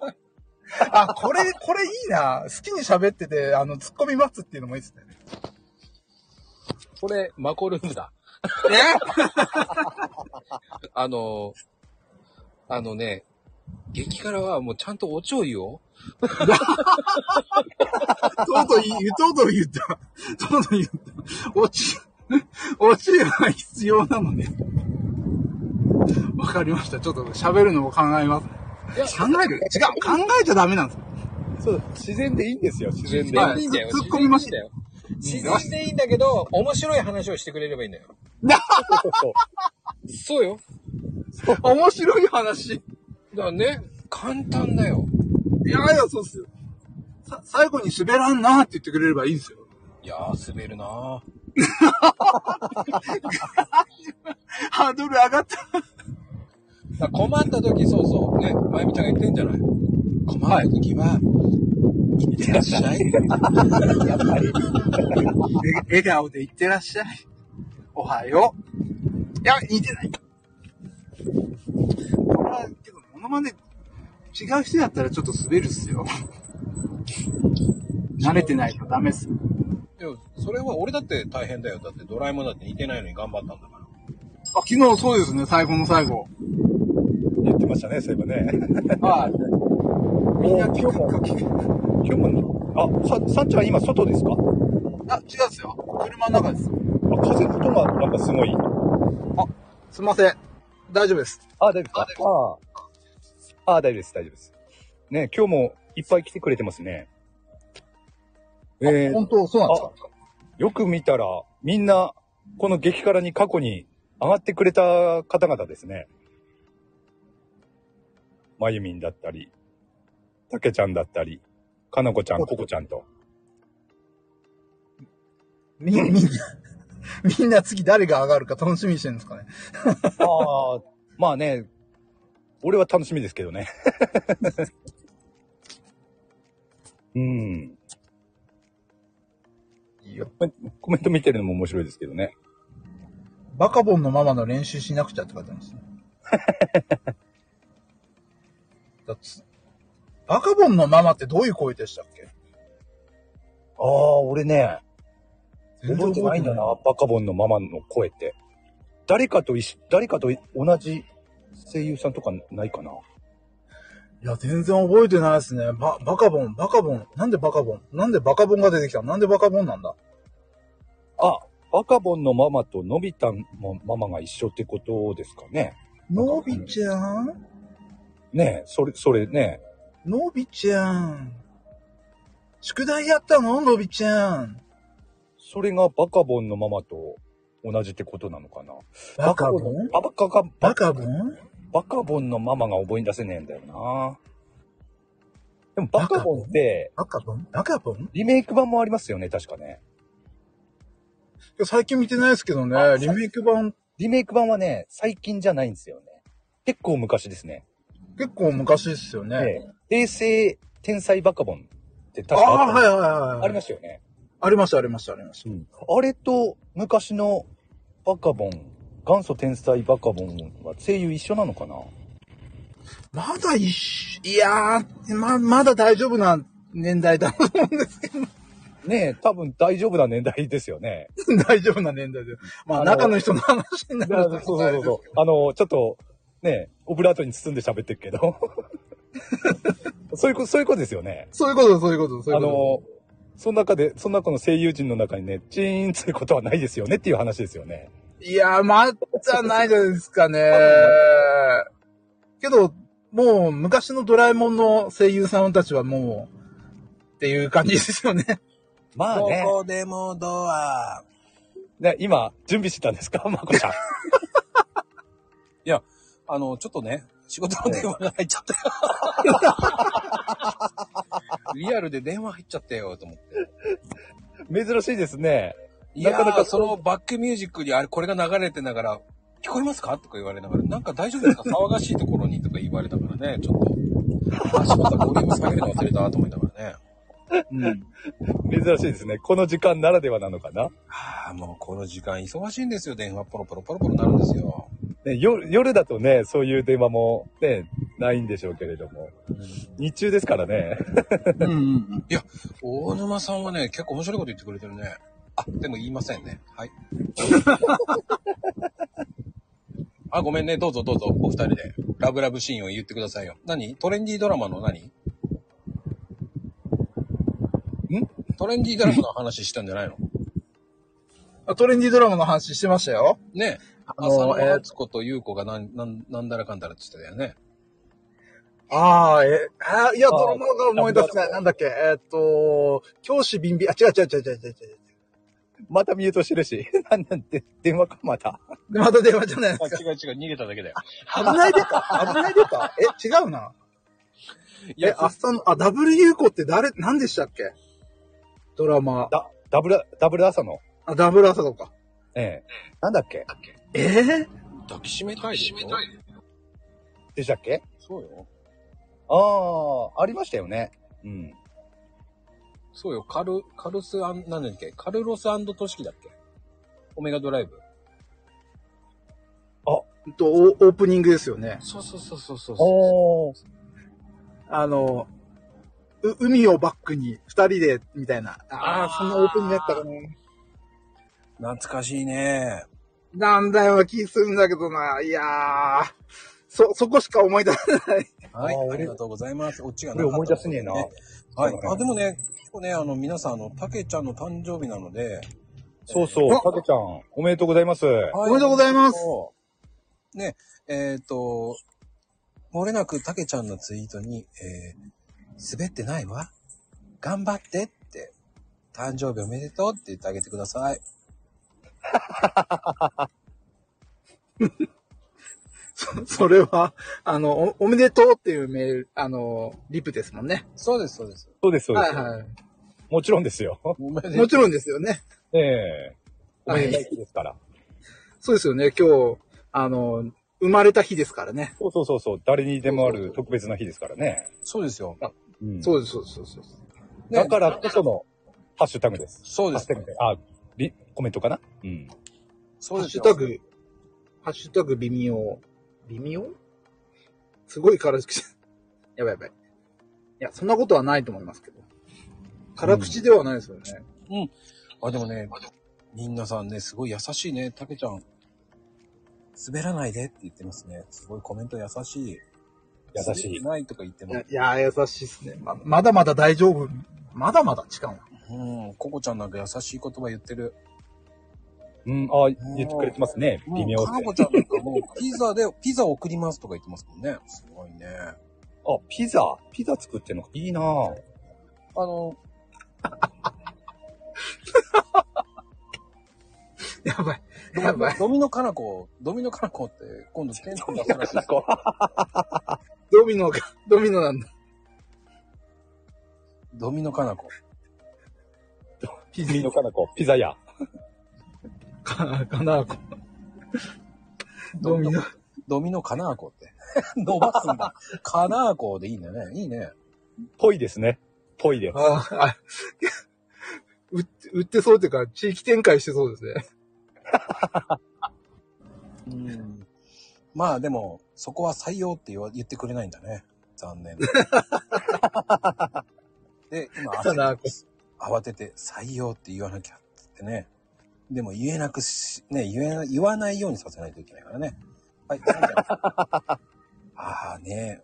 [SPEAKER 3] あ、これ、これいいな。好きに喋ってて、あの、突っ込み待つっていうのもいいですね。
[SPEAKER 1] それ、マコルームだ。
[SPEAKER 3] え
[SPEAKER 1] あの、あのね、激辛はもうちゃんとオチを言おう。
[SPEAKER 3] とうとう言う、とうとう言った。とうとう言った。落ち、落ちは必要なのね。わかりました。ちょっと喋るのも考えます。
[SPEAKER 1] いや
[SPEAKER 3] 考える違う考えちゃダメなんですよ。
[SPEAKER 2] そう、自然でいいんですよ、自然で。
[SPEAKER 3] はい
[SPEAKER 1] いいんだよ
[SPEAKER 3] 突っ込みました
[SPEAKER 1] よ。自然でいいんだけど、面白い話をしてくれればいいんだよ。
[SPEAKER 2] そうそうそう
[SPEAKER 1] そうよ。
[SPEAKER 3] 面白い話。
[SPEAKER 1] からね、簡単だよ。
[SPEAKER 3] いやいや、そうっすよ。さ、最後に滑らんなーって言ってくれればいいんですよ。
[SPEAKER 1] いやー、滑るなー
[SPEAKER 3] ハードル上が
[SPEAKER 1] だ
[SPEAKER 3] った。
[SPEAKER 1] から困った時、そうそう、ね、まゆみちゃんが言ってんじゃない困った時は、いってらっしゃい。
[SPEAKER 2] やっぱり。
[SPEAKER 3] え笑顔でいってらっしゃい。おはよう。いや、似てない。これは、けど、モノマネ、違う人だったらちょっと滑るっすよ。慣れてないとダメっす。
[SPEAKER 1] でも、それは俺だって大変だよ。だってドラえもんだって似てないのに頑張ったんだから。
[SPEAKER 3] あ、昨日そうですね、最後の最後。
[SPEAKER 2] 言ってましたね、そういえばね。
[SPEAKER 3] はい。みんな聞
[SPEAKER 2] 今
[SPEAKER 3] く
[SPEAKER 2] 日も、
[SPEAKER 3] 聞く。聞く
[SPEAKER 2] 今日も、あ、さ、さっちゃん今外ですか
[SPEAKER 3] あ、違うっすよ。車の中です。
[SPEAKER 2] あ、風の音がなんかすごい。
[SPEAKER 3] すいません。大丈夫です。
[SPEAKER 2] あ、大丈夫ですかああ。あ、大丈夫です、大丈夫です。ね、今日もいっぱい来てくれてますね。えー、
[SPEAKER 3] 本当、そうなんですか
[SPEAKER 2] よく見たら、みんな、この激辛に過去に上がってくれた方々ですね。まゆみんだったり、たけちゃんだったり、かなこちゃん、ここちゃんと。
[SPEAKER 3] み、みんな、みんな次誰が上がるか楽しみにしてるんですかね。
[SPEAKER 2] ああ、まあね、俺は楽しみですけどね。 うん。
[SPEAKER 3] いいよ。
[SPEAKER 2] コメコメント見てるのも面白いですけどね。
[SPEAKER 3] バカボンのママの練習しなくちゃって書いてますね。だつバカボンのママってどういう声でしたっけ
[SPEAKER 2] ああ、俺ね、覚えてないんだな、バカボンのママの声って。誰かと一緒、誰かと同じ声優さんとかないかな。
[SPEAKER 3] いや、全然覚えてないですね。ば、バカボン、バカボン。なんでバカボンなんでバカボンが出てきたのなんでバカボンなんだ
[SPEAKER 2] あ、バカボンのママとのび太のママが一緒ってことですかね。
[SPEAKER 3] のびちゃん
[SPEAKER 2] ねえ、それ、それね。
[SPEAKER 3] のびちゃん。宿題やったののびちゃん。
[SPEAKER 2] それがバカボンのママと同じってことなのかな。
[SPEAKER 3] バカボン
[SPEAKER 2] バカボン
[SPEAKER 3] バ
[SPEAKER 2] バ
[SPEAKER 3] カ
[SPEAKER 2] カ
[SPEAKER 3] ボ
[SPEAKER 2] ボ
[SPEAKER 3] ン
[SPEAKER 2] バカボンのママが覚え出せねえんだよな。でもバカボンって
[SPEAKER 3] バカボンバカボン
[SPEAKER 2] リメイク版もありますよね、確かね。
[SPEAKER 3] 最近見てないですけどね、リメイク版
[SPEAKER 2] リメイク版はね、最近じゃないんですよね。結構昔ですね。
[SPEAKER 3] 結構昔ですよね。
[SPEAKER 2] ええ平成天才バカボンって
[SPEAKER 3] あ
[SPEAKER 2] 確か
[SPEAKER 3] あ、
[SPEAKER 2] あった
[SPEAKER 3] はいはいはい。
[SPEAKER 2] ありましたよね。
[SPEAKER 3] ありました、ありました、ありました。
[SPEAKER 2] あれと昔のバカボン、元祖天才バカボンは声優一緒なのかな
[SPEAKER 3] まだ一緒、いやー、ま、まだ大丈夫な 年代だと思うんですけ
[SPEAKER 2] ねえ、多分大丈夫な年代ですよね。
[SPEAKER 3] ど、大丈夫な年代で。まあ、
[SPEAKER 2] あの
[SPEAKER 3] 中の人の話になる
[SPEAKER 2] そうそうそう そう。あの、ちょっと、ね、オブラートに包んで喋ってるけど。 そういうこと、そういうことですよね。
[SPEAKER 3] そういうこと、そういうこと、そうい
[SPEAKER 2] あ
[SPEAKER 3] うこ
[SPEAKER 2] の、その中で、その中の声優陣の中にね、チーンつることはないですよねっていう話ですよね。
[SPEAKER 3] と。いやー、まだないじゃないですかね。けど、もう、昔のドラえもんの声優さんたちはもう、っていう感じですよね。
[SPEAKER 2] まあ
[SPEAKER 1] ど
[SPEAKER 2] ね、
[SPEAKER 1] こでもドア。
[SPEAKER 2] ね今、準備してたんですかま こちゃん。
[SPEAKER 1] あの、ちょっとね、仕事の電話が入っちゃ ったよ。リアルで電話入っちゃったよ、と思って。
[SPEAKER 2] 珍しいですね。
[SPEAKER 1] いや
[SPEAKER 2] なかな
[SPEAKER 1] ー、
[SPEAKER 2] か
[SPEAKER 1] そのバックミュージックにあれ、これが流れてながら、聞こえますかとか言われながら、なんか大丈夫ですか騒がしいところにとか言われたからね、ちょっと。あ、しまった、ボリューム下げるの忘れたと思いながらね。
[SPEAKER 3] うん。
[SPEAKER 2] 珍しいですね。この時間ならではなのかな、
[SPEAKER 1] ああ、もうこの時間忙しいんですよ。電話ポロポロポロポロなるんですよ。
[SPEAKER 2] ね、夜夜だとね、そういう電話もね、ないんでしょうけれども。日中ですからね。
[SPEAKER 3] うんうんうん。
[SPEAKER 1] 大沼さんはね、結構面白いこと言ってくれてるね。あ、でも言いませんね。はい。 あ、ごめんね。どうぞどうぞ、お二人で。ラブラブシーンを言ってくださいよ。何トレンディードラマの何んトレンディードラマの話したんじゃないの
[SPEAKER 3] あトレンディードラマの話してましたよ。
[SPEAKER 1] ねえ。
[SPEAKER 3] あの
[SPEAKER 1] 浅野
[SPEAKER 3] えー
[SPEAKER 1] 敦子と優子がなん、なん、なんだらかんだらって言ってたよね。
[SPEAKER 3] ああ、え、あーいや、
[SPEAKER 2] あー
[SPEAKER 3] ドラマが思い出せない。なんだっけ、えーっと、教師ビンビン、あ、違う違う違う違う違う違う。
[SPEAKER 2] またミュートしてるし。 なんなんて、電話か、また。
[SPEAKER 3] でまた電話じゃないですか。
[SPEAKER 1] 違う違う、逃げただけだよ。
[SPEAKER 3] 危ないでか危ないでかえ、違うな。
[SPEAKER 1] い
[SPEAKER 3] え
[SPEAKER 1] や、、
[SPEAKER 3] 明日の、あ、ダブルユーコって誰、何でしたっけドラマ。
[SPEAKER 2] だ、ダブル、ダブル朝の。
[SPEAKER 3] あ、ダブル朝とか。
[SPEAKER 2] ええ。なんだっけ
[SPEAKER 3] えー、
[SPEAKER 1] 抱きしめたいでしょ
[SPEAKER 2] でしたっけ
[SPEAKER 1] そうよ。
[SPEAKER 2] ああ、ありましたよね。うん。
[SPEAKER 1] そうよ、カル、カルスアン、なんだっけカルロストシキだっけオメガドライブ。
[SPEAKER 3] ほんとオ、オープニングですよね。
[SPEAKER 1] そうそうそうそうそうそ
[SPEAKER 2] おー。
[SPEAKER 3] あの、う海をバックに二人で、みたいな。あ
[SPEAKER 1] あ
[SPEAKER 3] あ、
[SPEAKER 1] ー
[SPEAKER 3] そんなオープニングだったかな。
[SPEAKER 1] う。懐かしいね。
[SPEAKER 3] なんだよ、気するんだけどな。いやー。そ、そこしか思い出せない。
[SPEAKER 1] はい
[SPEAKER 2] あー、
[SPEAKER 1] あ
[SPEAKER 2] 俺
[SPEAKER 1] りがとうございます。オチが
[SPEAKER 2] これ思い出せねえな。
[SPEAKER 1] はい。あ、でもね、今日ね、あの、皆さん、あの、たけちゃんの誕生日なので、
[SPEAKER 2] そうそう、
[SPEAKER 3] あ
[SPEAKER 2] かけちゃん、おめでとうございます。
[SPEAKER 1] お
[SPEAKER 3] おめでとうございます。
[SPEAKER 1] ね、えっ、と、漏れなくたけちゃんのツイートに、えー、滑ってないわ。頑張ってって、誕生日おめでとうって言ってあげてください。
[SPEAKER 3] そ、 それは、あの、お、おめでとうっていうメール、あの、リプですもんね。
[SPEAKER 1] そうです、そうです。
[SPEAKER 2] そうです、そうで
[SPEAKER 3] は
[SPEAKER 2] す
[SPEAKER 3] い。は
[SPEAKER 2] もちろんですよ。
[SPEAKER 1] おめで
[SPEAKER 3] い。
[SPEAKER 1] とう
[SPEAKER 3] もちろんですよね。
[SPEAKER 2] ええおめでたい日ですから。
[SPEAKER 3] そうですよね、今日、あの、生まれた日ですからね。
[SPEAKER 2] そうそうそうそう、誰にでもある特別な日ですからね。
[SPEAKER 1] そうですよ。
[SPEAKER 2] うん
[SPEAKER 3] そうです、そうです、そうです。
[SPEAKER 1] ね
[SPEAKER 2] だからこその、ハッシュタグです。
[SPEAKER 1] そう
[SPEAKER 2] ハ
[SPEAKER 1] で
[SPEAKER 2] ッシ
[SPEAKER 1] す
[SPEAKER 2] ュタ。グで。あ、リ、コメントかなうん。
[SPEAKER 1] そ
[SPEAKER 3] ハ
[SPEAKER 1] う
[SPEAKER 3] ッ
[SPEAKER 1] です
[SPEAKER 3] シュ
[SPEAKER 1] よ。
[SPEAKER 3] タグ、ハッシュタグ微妙。微妙すごい辛口。 やばいやばい。いや、そんなことはないと思いますけど。辛口ではないですよね。
[SPEAKER 1] あ、でもね、みんなさんね、すごい優しいね。たけちゃん、滑らないでって言ってますね。すごいコメント優しい。
[SPEAKER 2] 優し
[SPEAKER 1] 滑って。
[SPEAKER 2] い
[SPEAKER 1] ないとか言ってます。
[SPEAKER 3] いや、いや優しいっすね。ままだまだ大丈夫。まだまだ違うな。
[SPEAKER 1] うん、ココちゃんなんか優しい言葉言ってる。
[SPEAKER 2] うん、あ、言ってくれてますね。微妙
[SPEAKER 1] もう
[SPEAKER 2] っ
[SPEAKER 1] かな
[SPEAKER 2] て。
[SPEAKER 1] こちゃんなんかもう、ピザで、 ピザ送りますとか言ってますもんね。すごいね。
[SPEAKER 2] あ、ピザ、ピザ作ってんのか。いいなぁ。
[SPEAKER 1] あの、
[SPEAKER 3] やばい。
[SPEAKER 1] ド
[SPEAKER 3] やばい。
[SPEAKER 1] ドミノカナコ、ドミノカナコって、今度検索出すらしいです。
[SPEAKER 3] ドミノが、ドミノなんだ。
[SPEAKER 1] ドミノカナコ。
[SPEAKER 2] ピザのかなこ、ピザ屋。
[SPEAKER 3] か、かなこ。ドミノ。
[SPEAKER 1] ドミノカナーコって。 伸ばすんだ。カナーコでいいんだね。いいね。
[SPEAKER 2] ぽいですね。ぽいです。
[SPEAKER 3] あーあ、売って、売ってそうっていうか、地域展開してそうですね。
[SPEAKER 1] うん。まあでも、そこは採用って言わ言ってくれないんだね。残 念。で、今
[SPEAKER 3] カナーコ
[SPEAKER 1] 慌てて採用って言わなきゃって言ってね。でも言えなくし、ね、言えな、言わないようにさせないといけないからね。はい。 ああね、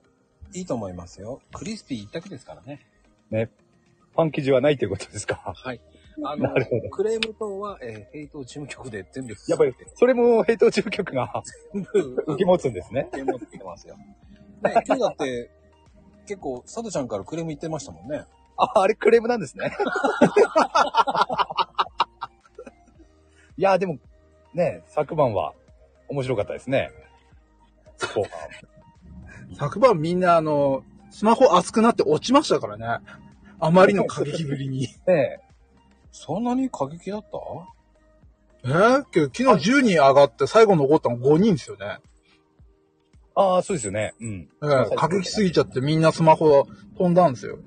[SPEAKER 1] いいと思いますよ。クリスピー一択ですからね。
[SPEAKER 2] パン生地はないということですか。
[SPEAKER 1] はい。あ
[SPEAKER 2] な
[SPEAKER 1] の
[SPEAKER 2] るほど、
[SPEAKER 1] クレーム等は、えー、ヘイト事務局で全部、
[SPEAKER 2] やっぱり、それも、ヘイト中局が
[SPEAKER 1] 全部、
[SPEAKER 2] 受け持つんですね。
[SPEAKER 1] 受け持ってますよ。ね、今日だって、結構、サトちゃんからクレーム言ってましたもんね。
[SPEAKER 2] あ、あれクレームなんですね。いや、でも、ね、昨晩は面白かったですね。後半
[SPEAKER 3] 昨晩みんなあの、スマホ熱くなって落ちましたからね。あまりの過激ぶりに。
[SPEAKER 2] ね
[SPEAKER 1] そんなに過激だった
[SPEAKER 3] えー、けど昨日10人上がって最後残ったの5人ですよね。
[SPEAKER 2] ああ、そうですよね。うん。
[SPEAKER 3] えー、過激すぎちゃってみんなスマホ飛んだんですよ。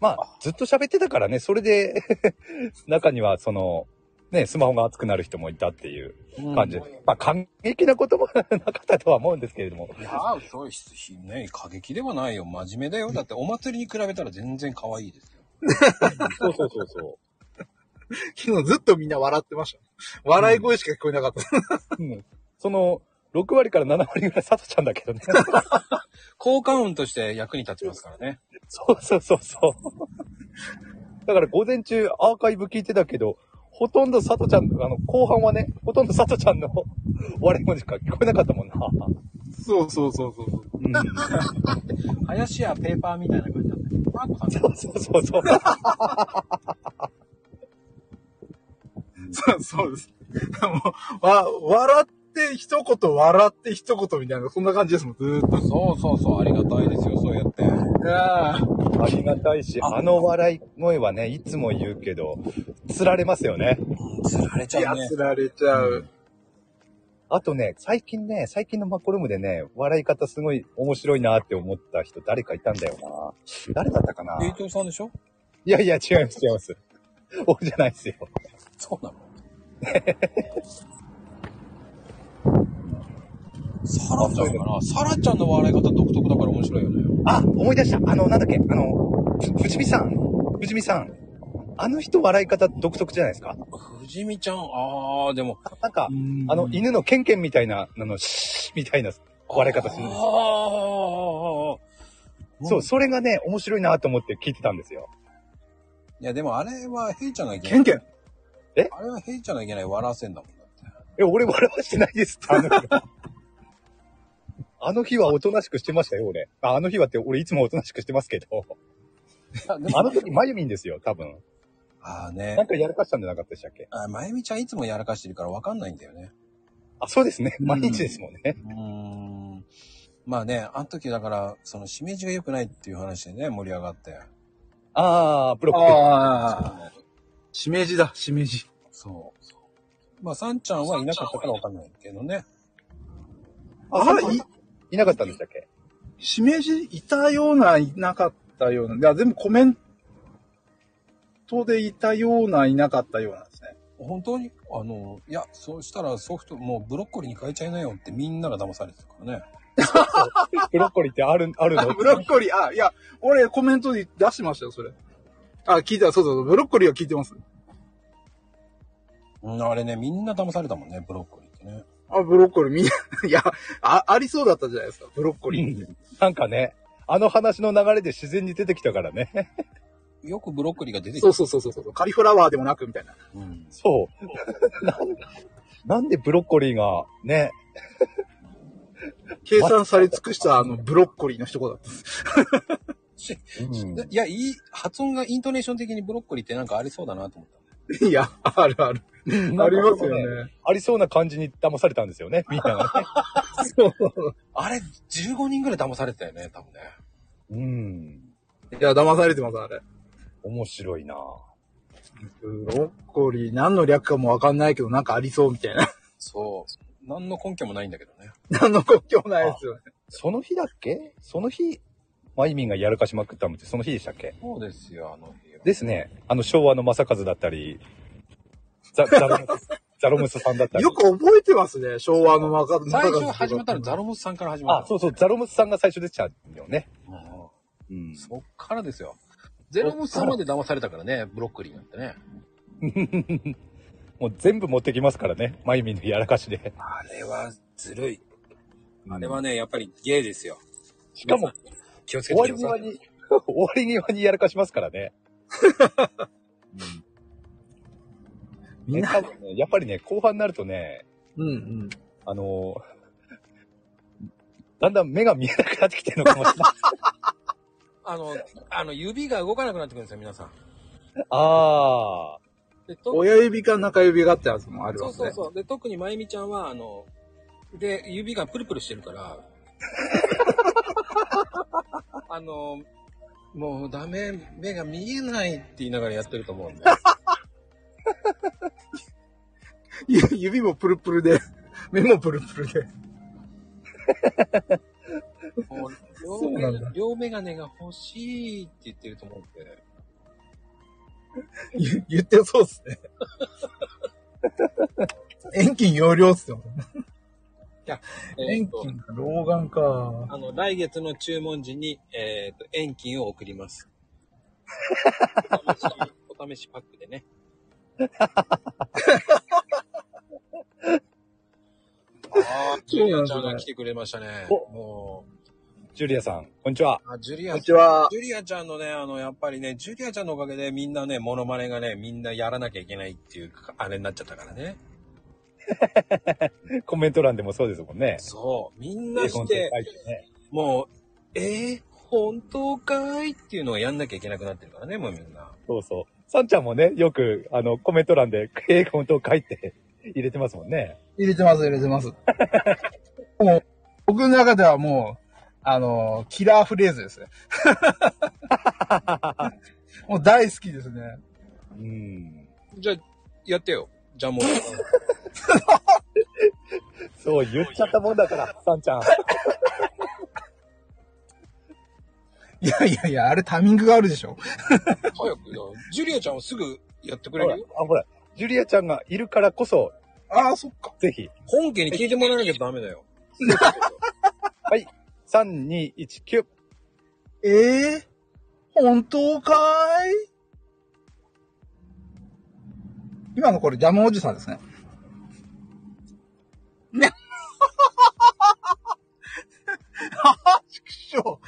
[SPEAKER 2] まあ、ずっと喋ってたからね、それで、 中には、その、ね、スマホが熱くなる人もいたっていう感じ。
[SPEAKER 1] うん
[SPEAKER 2] まあ、感激なことも なかったとは思うんですけれども。
[SPEAKER 1] いやー、そうひひね、過激ではないよ。真面目だよ。だってお祭りに比べたら全然可愛いですよ。
[SPEAKER 2] そうそうそうそう。
[SPEAKER 3] 昨日ずっとみんな笑ってました。笑い声しか聞こえなかった。
[SPEAKER 2] うんその、6割から7割ぐらい佐藤ちゃんだけどね。
[SPEAKER 1] 効果音として役に立ちますからね。
[SPEAKER 2] そうそうそうそう。だから午前中アーカイブ聞いてたけど、ほとんど佐藤ちゃん、あの、後半はね、ほとんど佐藤ちゃんの 笑い声しか聞こえなかったもんな。
[SPEAKER 3] そうそうそうそう。
[SPEAKER 2] うん、
[SPEAKER 1] 林やペーパーみたいな感じだったよ。パーコさん
[SPEAKER 2] そうそうそうそう。
[SPEAKER 3] そうそうです。もう、わ、笑って、一言、笑って、一言みたいな、そんな感じですもん、ずーっ
[SPEAKER 1] そうそうそう、ありがたいですよ、そうやって。
[SPEAKER 3] と。ああ、
[SPEAKER 2] ありがたいし、あの笑い声はね、いつも言うけど、つられますよね。
[SPEAKER 1] 釣られち
[SPEAKER 3] い
[SPEAKER 1] ゃ
[SPEAKER 3] や
[SPEAKER 1] うね、。
[SPEAKER 3] つられちゃう。
[SPEAKER 2] あとね、最近ね、最近のマコルームでね、笑い方すごい面白いなって思った人、誰かいたんだよな。誰だったかな
[SPEAKER 1] ゲイトさんでしょ
[SPEAKER 2] いやいや、違います、違います。僕じゃないですよ。
[SPEAKER 1] そうなのサラちゃんかなサラちゃんの笑い方独特だから面白いよね。
[SPEAKER 2] あ、思い出した。あの、なんだっけ、あの、ふ藤見さん。藤見さん。あの人笑い方独特じゃないですか
[SPEAKER 1] 藤見ちゃん、あー、でも、
[SPEAKER 2] あなんか、あ
[SPEAKER 3] あ
[SPEAKER 2] の、犬のケンケンみたいな、あの、シーみたいな笑い方するん
[SPEAKER 1] あ
[SPEAKER 2] で
[SPEAKER 1] ー
[SPEAKER 2] す
[SPEAKER 1] あーあーあーうん
[SPEAKER 2] そう、それがね、面白いなと思って聞いてたんですよ。
[SPEAKER 1] いや、でもあれはヘイちゃんがいけ
[SPEAKER 3] ケ
[SPEAKER 1] ない
[SPEAKER 3] ン。ケン。
[SPEAKER 1] あれはヘイちゃんがいけない笑わせんだもんだって。
[SPEAKER 2] え、俺笑わしてないですって。あの日 あの日はおとなしくしてましたよ、俺。ああの日はって、俺いつもおとなしくしてますけど。 あの時、まゆみんですよ、多分。
[SPEAKER 1] ああ
[SPEAKER 2] なん
[SPEAKER 1] ね。
[SPEAKER 2] かやらかしたんじゃなかったでしたっけ
[SPEAKER 1] あまゆみちゃんいつもやらかしてるからわかんないんだよね。
[SPEAKER 2] あ、そうですね。毎日ですもんね。
[SPEAKER 1] うーん。まあね、あの時だから、その、しめじが良くないっていう話でね、盛り上がって。
[SPEAKER 2] ああ、ブロック。
[SPEAKER 3] ああ、しめじだ、しめじ。
[SPEAKER 1] そうそう。まあ、さんちゃんはいなかったからわかんないけどね。
[SPEAKER 3] あ
[SPEAKER 2] そう
[SPEAKER 3] い、
[SPEAKER 2] いなかったんでしたっけ
[SPEAKER 3] しめじいたような、いなかったような。いや、全部コメントでいたような、いなかったようなんですね。
[SPEAKER 1] 本当にあの、いや、そうしたらソフト、もうブロッコリーに変えちゃいなよってみんなが騙されてたからね。
[SPEAKER 2] ブロッコリーってあ る、あるの
[SPEAKER 3] ブロッコリー、あ、いや、俺コメントで出しましたよ、それ。あ、聞いた、そうそうそう、ブロッコリーは聞いてます。
[SPEAKER 1] うん、あれね、みんな騙されたもんね、ブロッコリーってね。
[SPEAKER 3] あ、ブロッコリーみんな、 いや、あ、ありそうだったじゃないですか、ブロッコリー。
[SPEAKER 2] なんかね、あの話の流れで自然に出てきたからね。
[SPEAKER 1] よくブロッコリーが出てきた。
[SPEAKER 3] そうそうそうそうそう、カリフラワーでもなくみたいな。
[SPEAKER 1] うん。
[SPEAKER 2] そう。なんなんでブロッコリーが、ね。
[SPEAKER 3] 計算され尽くした、あの、ブロッコリーの一言だ った。
[SPEAKER 1] し
[SPEAKER 2] うん
[SPEAKER 1] いや、いい、発音がイントネーション的にブロッコリーってなんかありそうだなと思った。
[SPEAKER 3] いや、あるある。ありますよね。
[SPEAKER 2] ありそうな感じに騙されたんですよね、みんながね。
[SPEAKER 1] あれ、15人ぐらい騙されてたよね、多分ね。
[SPEAKER 2] うん。
[SPEAKER 3] いや、騙されてます、あれ。
[SPEAKER 2] 面白いな
[SPEAKER 3] ブロッコリー、何の略かもわかんないけど、なんかありそうみたいな。
[SPEAKER 1] そう。何の根拠もないんだけどね。
[SPEAKER 3] 何の国境もないですよね。
[SPEAKER 2] その日だっけその日、マイミンがやらかしまくったのってその日でしたっけ
[SPEAKER 1] そうですよ、あの日は。
[SPEAKER 2] ですね。あの昭和の正和だったり、ザ、ザロム ス、ザロムスさんだったり
[SPEAKER 3] よ。く覚えてますね、昭和の若
[SPEAKER 1] 最初始まったらザロムスさんから始ま
[SPEAKER 2] あ
[SPEAKER 1] っ、た。
[SPEAKER 2] そうそう、ザロムスさんが最初出ちゃうんだよね。
[SPEAKER 1] うん
[SPEAKER 2] うん。
[SPEAKER 1] そっからですよ。ゼロムスさんまで騙されたからね、ブロッコリーなんてね。
[SPEAKER 2] もう全部持ってきますからね。マイミンのやらかしで。
[SPEAKER 1] あれはずるい。あれはね、やっぱりゲイですよ。
[SPEAKER 2] しかも、
[SPEAKER 1] 気をつけ
[SPEAKER 2] 終
[SPEAKER 1] て
[SPEAKER 2] わ
[SPEAKER 1] くだ
[SPEAKER 2] り
[SPEAKER 1] さ
[SPEAKER 2] 際
[SPEAKER 1] い。
[SPEAKER 2] に、 終わり際にやらかしますからね。
[SPEAKER 3] みんな
[SPEAKER 2] 多分ねやっぱりね、後半になるとね、
[SPEAKER 3] うんうん。
[SPEAKER 2] あのだんだん目が見えなくなってきてるのかもし れない。
[SPEAKER 1] あの、あの、指が動かなくなってくるんですよ、皆さん。
[SPEAKER 2] ああ、
[SPEAKER 1] でと
[SPEAKER 3] 親指か中指があってやつもあるわ
[SPEAKER 1] そ
[SPEAKER 3] け
[SPEAKER 1] う
[SPEAKER 3] ね。
[SPEAKER 1] そうそう。で、特にまゆみちゃんは、あの、で、指がプルプルしてる から、あの、もうダメ、目が見えないって言いながらやってると思うんで。
[SPEAKER 3] ゆ指もプルプルで、 目もプルプルで。
[SPEAKER 1] もう
[SPEAKER 3] そう
[SPEAKER 1] 両
[SPEAKER 3] な
[SPEAKER 1] 目
[SPEAKER 3] んだ
[SPEAKER 1] 両眼鏡が欲しいって言ってると思うんで。
[SPEAKER 3] ゆ 言ってそうっすね。遠近容量っすよ。
[SPEAKER 1] え
[SPEAKER 3] 遠
[SPEAKER 1] ーと
[SPEAKER 3] 近か、老眼か。
[SPEAKER 1] あの、来月の注文時に、えっ、と、遠近を送ります。お試し、 お試しパックでね。ああ、ジュリアちゃんが来てくれましたね。
[SPEAKER 2] お
[SPEAKER 1] もう、
[SPEAKER 2] ジュリアさん、こんにちは。
[SPEAKER 1] あ、ジュリ
[SPEAKER 3] こん
[SPEAKER 1] ア、
[SPEAKER 3] に
[SPEAKER 1] ジ
[SPEAKER 3] ちは。
[SPEAKER 1] ュリアちゃんのね、あの、やっぱりね、ジュリアちゃんのおかげでみんなね、モノマネがね、みんなやらなきゃいけないっていう、あれになっちゃったからね。
[SPEAKER 2] コメント欄でもそうですもんね。
[SPEAKER 1] そう、みん
[SPEAKER 2] 絵
[SPEAKER 1] な
[SPEAKER 2] 本
[SPEAKER 1] し
[SPEAKER 2] って
[SPEAKER 1] て
[SPEAKER 2] 書、いてね。
[SPEAKER 1] もう、えー、本当かいっていうのをやんなきゃいけなくなってるからね、もうみんな。
[SPEAKER 2] そうそう。さんちゃんもね、よく、あの、コメント欄で英語と書いて入れてますもんね。
[SPEAKER 3] 入れてます、入れてます。もう、僕の中ではもう、あの、キラーフレーズ ですね。もう大好きですね。
[SPEAKER 2] うん。
[SPEAKER 1] じゃあ、やってよ。じ ゃあもう。
[SPEAKER 2] そう、言っちゃったもんだから、さんちゃん。
[SPEAKER 3] いやいやいや、あれタイミングがあるでしょ。
[SPEAKER 1] 早くよ。ジュリアちゃんはすぐやってく
[SPEAKER 2] ほ
[SPEAKER 1] れ
[SPEAKER 2] ら、あ
[SPEAKER 1] るよ。
[SPEAKER 2] ほら、ジュリアちゃんがいるからこそ、
[SPEAKER 3] ああ、そっか。
[SPEAKER 2] ぜひ、
[SPEAKER 1] 本家に聞いてもらわなきゃダメだよ。
[SPEAKER 2] 3219。
[SPEAKER 3] ええ本当かい今のこれジャムおじさんですね。ねあちくしょう。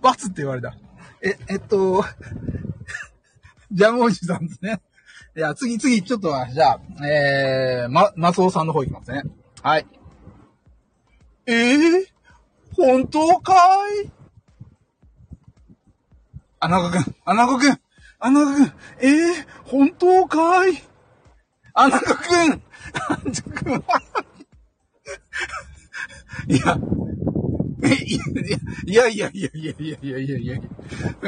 [SPEAKER 3] バツって言われた。え、えっと、ジャムおじさんですね。いや、次、次、ちょっと、じゃあ、えー、ま、マスオさんの方行きますね。はい。えー、本当かいアナゴくん、アナゴくん、アナゴくん、えー、本当かいアナゴくん、アナゴくん、いや、いや、いや、いや、いや、いや、いや、いや、いや、いや、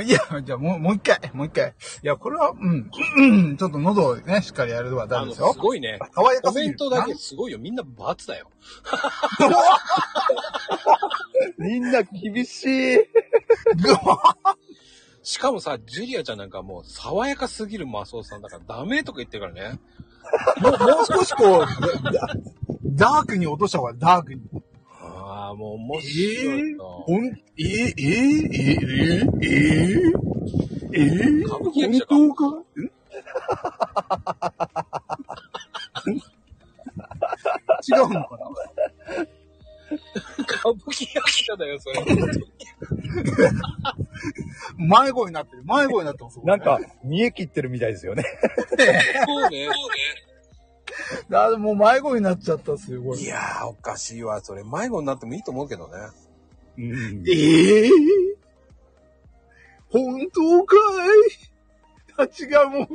[SPEAKER 3] いや、じゃあもう、もう一回、もう一回。いや、これは、うん、うん、ちょっと喉をね、しっかりやるのはダ
[SPEAKER 1] あ
[SPEAKER 3] メで
[SPEAKER 1] の、
[SPEAKER 3] す
[SPEAKER 1] す
[SPEAKER 3] よ。
[SPEAKER 1] ごいね。
[SPEAKER 3] かわいか
[SPEAKER 1] コ
[SPEAKER 3] すぎ
[SPEAKER 1] メ
[SPEAKER 3] る
[SPEAKER 1] ン。トだけすごいよ。みんな罰だよ。
[SPEAKER 2] みんな厳し い。
[SPEAKER 1] しかもさ、ジュリアちゃんなんかもう爽やかすぎるマスオさんだからダメとか言ってるからね。
[SPEAKER 3] もう、もう少しこう、 ダークに落とした方がいいダークに。
[SPEAKER 1] ああ、もう
[SPEAKER 3] え
[SPEAKER 1] 面白いな。
[SPEAKER 3] ほん、ええええええええ
[SPEAKER 1] 歌舞伎役者か
[SPEAKER 3] 本当かん違うのか
[SPEAKER 1] 歌舞伎役者だよ、それ。
[SPEAKER 3] な迷子になってる。迷子になってます。
[SPEAKER 2] なんか、見え切ってるみたいですよね。
[SPEAKER 1] そうね。
[SPEAKER 3] あ、もう迷子になっちゃった、すご
[SPEAKER 1] い
[SPEAKER 3] い。
[SPEAKER 1] やー、おかしいわ。それ、迷子になってもいいと思うけどね。
[SPEAKER 2] うん。
[SPEAKER 3] ええ本当かいあ、違う、もう、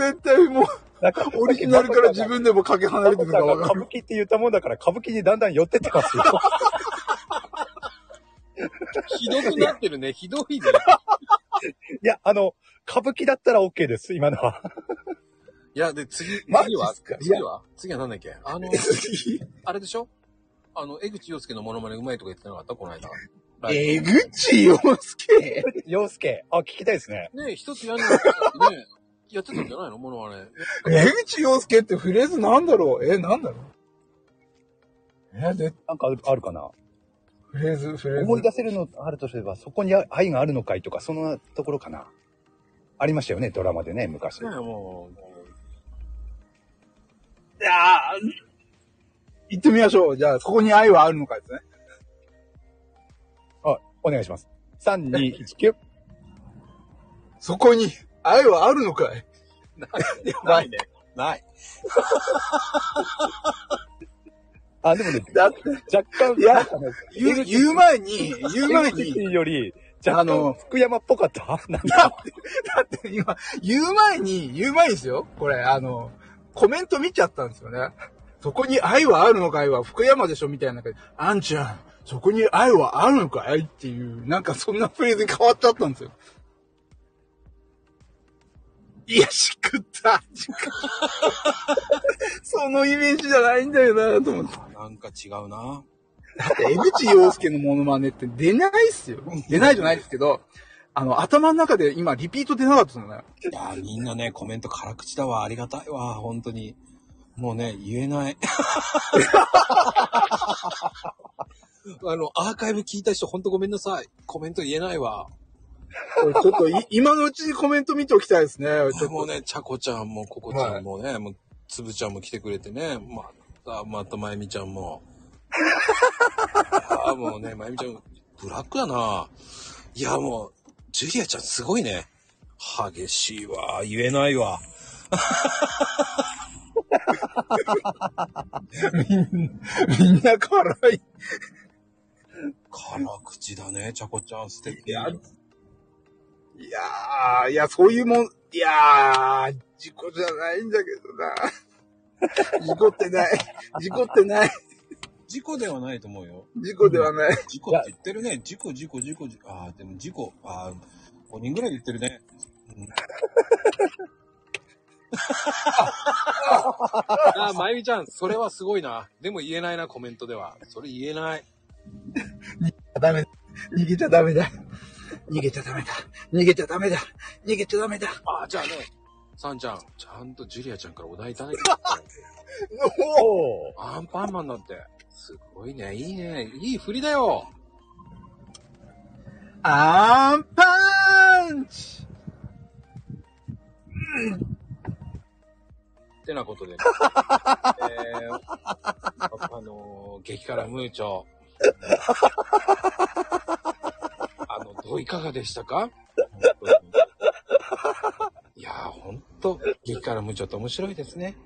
[SPEAKER 3] 絶対 もう、
[SPEAKER 2] なんか
[SPEAKER 3] オリジナルから自分でもかけ離れてる
[SPEAKER 2] さ
[SPEAKER 3] か
[SPEAKER 2] んが
[SPEAKER 3] わか
[SPEAKER 2] 歌
[SPEAKER 3] る。
[SPEAKER 2] 舞伎って言ったもんだから、歌舞伎にだんだん寄ってってます よ。
[SPEAKER 1] ひどくなってるね。ひど いね。
[SPEAKER 2] いや、あの、歌舞伎だったら OK です、今の は。
[SPEAKER 1] いや、で、次、
[SPEAKER 3] マジ
[SPEAKER 1] 次は
[SPEAKER 3] っすかいや
[SPEAKER 1] 次は次はなんだっけあの、あれでしょあの、江口洋介のモノマネうまいとか言ってなかったこ の間。ライ
[SPEAKER 3] えぐちよすけ。
[SPEAKER 2] 洋介、あ、聞きたいですね。
[SPEAKER 1] ブねえ、一つやんなかったね やってたんじゃないのモノマネ。
[SPEAKER 3] 江口洋介ってフレーズなんだろうえ、なんだろうえ、で、
[SPEAKER 2] なんかあるあるかな
[SPEAKER 3] フレーズ、フレーズ。
[SPEAKER 2] 思い出せるのあるとすれば、そこに愛があるのかいとか、そのところかな。ありましたよね、ドラマでね、昔。
[SPEAKER 1] ねえ、も、
[SPEAKER 3] いやー行ってみましょう。じゃあ、ここに愛はあるのかですね。
[SPEAKER 2] あ、お願いします。3219。
[SPEAKER 3] そこに愛はあるの かいう
[SPEAKER 1] ないね。ない。
[SPEAKER 2] あ、でもね、
[SPEAKER 3] だって、
[SPEAKER 2] 若干、
[SPEAKER 3] いや
[SPEAKER 2] なんかね、
[SPEAKER 3] 言う、言う前に、言う前
[SPEAKER 2] 江口
[SPEAKER 3] に、
[SPEAKER 2] より、若
[SPEAKER 3] あ
[SPEAKER 2] 干、
[SPEAKER 3] の
[SPEAKER 2] 福山っぽかった。なんか
[SPEAKER 3] だって、だって今、言う前に、言う前にですよ。これ、あの、コメント見ちゃったんですよね。そこに愛はあるのかいは福山でしょみたいな感じで。あんちゃん、そこに愛はあるのかいっていう、なんかそんなフレーズに変わっちゃったんですよ。いや、しくった。しくった そのイメージじゃないんだよなと思って。
[SPEAKER 1] なんか違うな。
[SPEAKER 3] だって、江口洋介のモノマネって出ないっすよ。出ないじゃないですけど、あの、頭の中で今、リピート出なかったのね。
[SPEAKER 1] いやー、みんなね、コメント辛口だわ。ありがたいわ。本当に。もうね、言えない。 あの、アーカイブ聞いた人、ほんとごめんなさい。コメント言えないわ。
[SPEAKER 3] これちょっとい、今のうちにコメント見ておきたいですね。ちょっ
[SPEAKER 1] もう
[SPEAKER 3] と。
[SPEAKER 1] ね、ちゃこちゃんも、ここちゃ
[SPEAKER 3] は
[SPEAKER 1] ん
[SPEAKER 3] い
[SPEAKER 1] もね、もう、つぶちゃんも来てくれてね、また、またまゆみちゃん も。ああ、もうね、まゆみちゃん、ブラックだな。いや、もう、ジュリアちゃんすごいね。激しいわ。言えないわ。
[SPEAKER 3] みんな辛い。
[SPEAKER 1] 辛口だね、ちゃこちゃん、素敵。
[SPEAKER 3] いやー、いや、そういうもん、いやー、事故じゃないんだけどな。事故ってない。事故ってない。
[SPEAKER 1] 事故ではないと思うよ。
[SPEAKER 3] 事故ではない。
[SPEAKER 1] 事故って言ってるね。事故、事故、事故、事故。ああ、でも事故。ああ、5人ぐらいで言ってるね。うんああ、まゆみちゃん、それはすごいな。でも言えないな、コメントでは。それ言えない。
[SPEAKER 3] ダメだ。逃げちゃダメだ。逃げちゃダメだ。逃げちゃダメだ。逃げちゃダメだ。
[SPEAKER 1] ああ、じゃあね、さんちゃん、ちゃんとジュリアちゃんからお題いただいて
[SPEAKER 2] おー
[SPEAKER 1] アンパンマンだって。すごいね、いいね。いい振りだよ。
[SPEAKER 3] アンパンチ
[SPEAKER 1] ってな ことで、ね、えー、あのー激辛ムーチョ。あの、どういかがでしたか本当にいやー、ほんと、激辛ムーチョって面白いですね。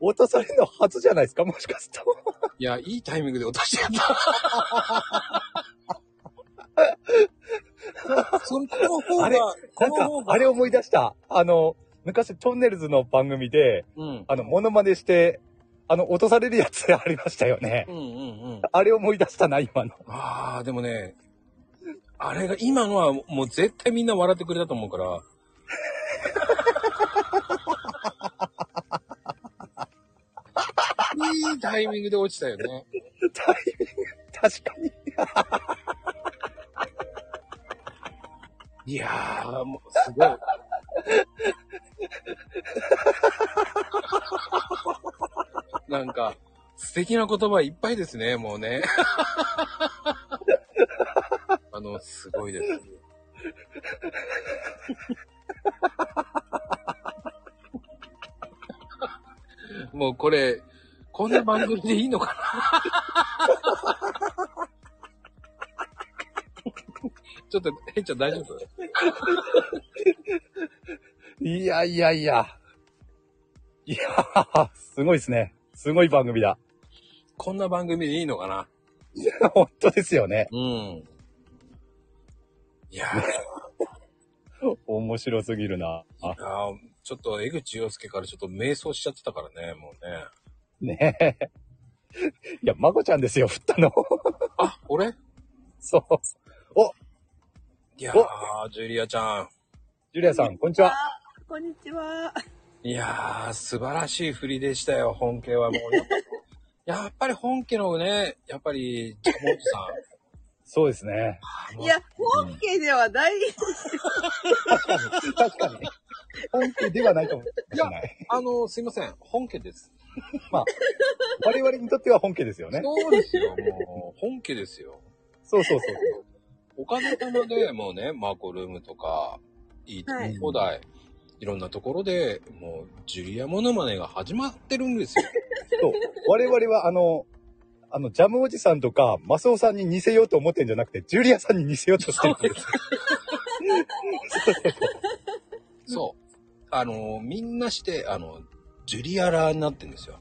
[SPEAKER 2] 落とされるのはずじゃないですかもしかすると。
[SPEAKER 1] いや、いいタイミングで落としてや った。その方
[SPEAKER 2] あれ
[SPEAKER 1] が、こ
[SPEAKER 2] なん
[SPEAKER 1] の
[SPEAKER 2] か
[SPEAKER 1] 方、が、
[SPEAKER 2] あれ思い出した。あの、昔、トンネルズの番組で、
[SPEAKER 1] うん。
[SPEAKER 2] あの、モノマネして、あの、落とされるやつありましたよね
[SPEAKER 1] う。んうんうん。
[SPEAKER 2] あれ思い出したな、今の。
[SPEAKER 1] ああ、でもね、あれが、今のはもう絶対みんな笑ってくれたと思うから。 いいタイミングで落ちたよね。
[SPEAKER 2] タイミング確かに。
[SPEAKER 1] いやー、もうすごい。 なんか、素敵な言葉いっぱいですね、もうね。 あの、すごいです。もうこれ、こんな番組でいいのかな ちょっと、えいちゃん大丈夫
[SPEAKER 2] いやいやいや。いやー、すごいですね。すごい番組だ。
[SPEAKER 1] こんな番組でいいのかない
[SPEAKER 2] や本当ですよね。
[SPEAKER 1] うん。いや
[SPEAKER 2] 面白すぎるな。あ
[SPEAKER 1] ー、あーちょっと江口洋介からちょっと迷走しちゃってたからね、もうね。
[SPEAKER 2] ねえ。いや、まこちゃんですよ、振ったの。
[SPEAKER 1] あ、俺
[SPEAKER 2] そう。
[SPEAKER 1] いやー、ジュリアちゃん。
[SPEAKER 2] ジュリアさん、こんにちは。
[SPEAKER 4] こんにちは。
[SPEAKER 1] いやー、素晴らしい振りでしたよ、本家 はもう。やっぱり本家のね、やっぱり、ジャムおじ
[SPEAKER 2] そうですね。
[SPEAKER 1] さん。
[SPEAKER 4] いや、本家ではない。
[SPEAKER 2] 確かに。本気ではないかもしれない。
[SPEAKER 1] あの、すいません、本家です。
[SPEAKER 2] 我々にとっては本気ですよね。
[SPEAKER 1] そうですよ、もう、本家ですよ。
[SPEAKER 2] そうそうそう。
[SPEAKER 1] おかげさま で、もうね、マーコルームとか、いいと
[SPEAKER 4] はい
[SPEAKER 1] こだい、いろんなところで、もう、ジュリアモノマネが始まってるん ですよ。
[SPEAKER 2] そう我々は、あの、あの、ジャムおじさんとか、マスオさんに似せようと思ってんじゃなくて、ジュリアさんに似せようとしてる。
[SPEAKER 1] そう。あの、みんなして、あの、ジュリアラーになってるんですよ。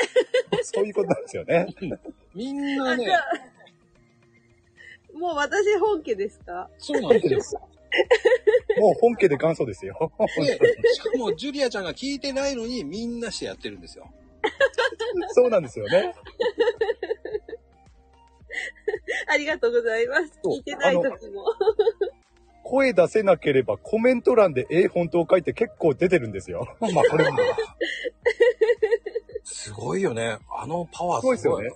[SPEAKER 2] そういうことなんですよね。
[SPEAKER 1] みんなね
[SPEAKER 4] じゃ、もう私本家ですか
[SPEAKER 1] そうなんですよ。
[SPEAKER 2] もう本家で元祖ですよ。
[SPEAKER 1] で、しかもジュリアちゃんが聞いてないのに、みんなしてやってるん ですよ。
[SPEAKER 2] そうなんですよね。
[SPEAKER 4] ありがとうございます。
[SPEAKER 2] そう
[SPEAKER 4] 聞いてない時も。
[SPEAKER 2] 声出せなければコメント欄でええ本当を書いて結構出てるんですよ。まあこ れも。
[SPEAKER 1] すごいよね。あのパワー
[SPEAKER 2] すごいですよね。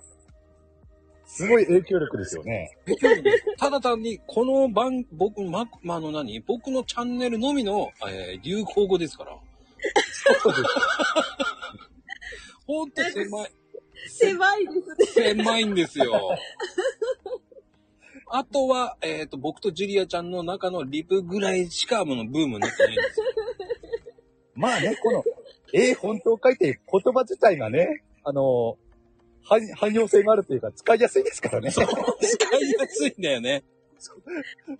[SPEAKER 2] すごい影響力ですよね。
[SPEAKER 1] 影響力ですただ単に、この番、僕、ま、まあの何僕のチャンネルのみの、えー流行語ですから。
[SPEAKER 2] そうです
[SPEAKER 1] ほんと狭い、
[SPEAKER 4] 狭いです
[SPEAKER 1] 狭いんですよ。あとは、えっ、と、僕とジュリアちゃんの中のリプぐらいしか、ものブームになってないんですよ。
[SPEAKER 2] まあね、この、ええ本当を書いて言葉自体がね、あの、汎汎用性があるというか使いやすいですからね。
[SPEAKER 1] そう、使いやすいんだよね。
[SPEAKER 4] ね。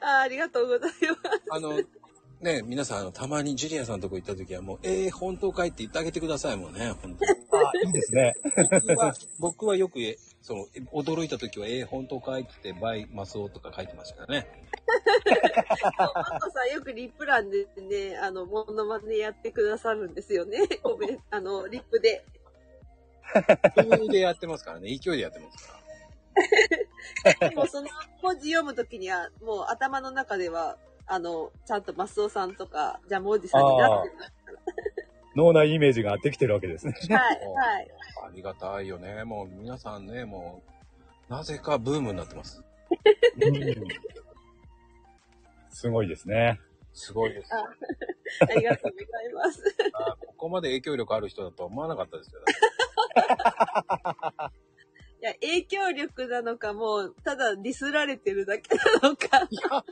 [SPEAKER 4] あありがとうございます。
[SPEAKER 1] あの、ね、皆さん、あの、たまにジュリアさんのとこ行った時は、もう、えー、本当かいって言ってあげてくださいもんね、本当に
[SPEAKER 2] あいいですね。
[SPEAKER 1] 僕は、僕はよくえ、そう、驚いた時は、えー、本当かいって言って、バイ、マスオとか書いてましたからね。
[SPEAKER 4] マコさんよくリップ欄でね、あの、モノマネやってくださるんですよ ね。コメント、あの、リップで。
[SPEAKER 1] 勢いでやってますからね。勢いでやってますから。
[SPEAKER 4] でもその文字読むときには、もう頭の中では、あの、ちゃんとマスオさんとか、ジャムおじさんになってる。
[SPEAKER 2] 脳内イメージができてるわけですね。
[SPEAKER 4] はい、
[SPEAKER 1] ー
[SPEAKER 4] はい。
[SPEAKER 1] ありがたいよね。もう皆さんね、もう、なぜかブームになってます。
[SPEAKER 2] すごいですね。
[SPEAKER 1] すごいです。
[SPEAKER 4] あありがとうございます。
[SPEAKER 1] あーここまで影響力ある人だとは思わなかったですよ。
[SPEAKER 4] いや、影響力なのか、もう、ただディスられてるだけなのか。
[SPEAKER 1] いや、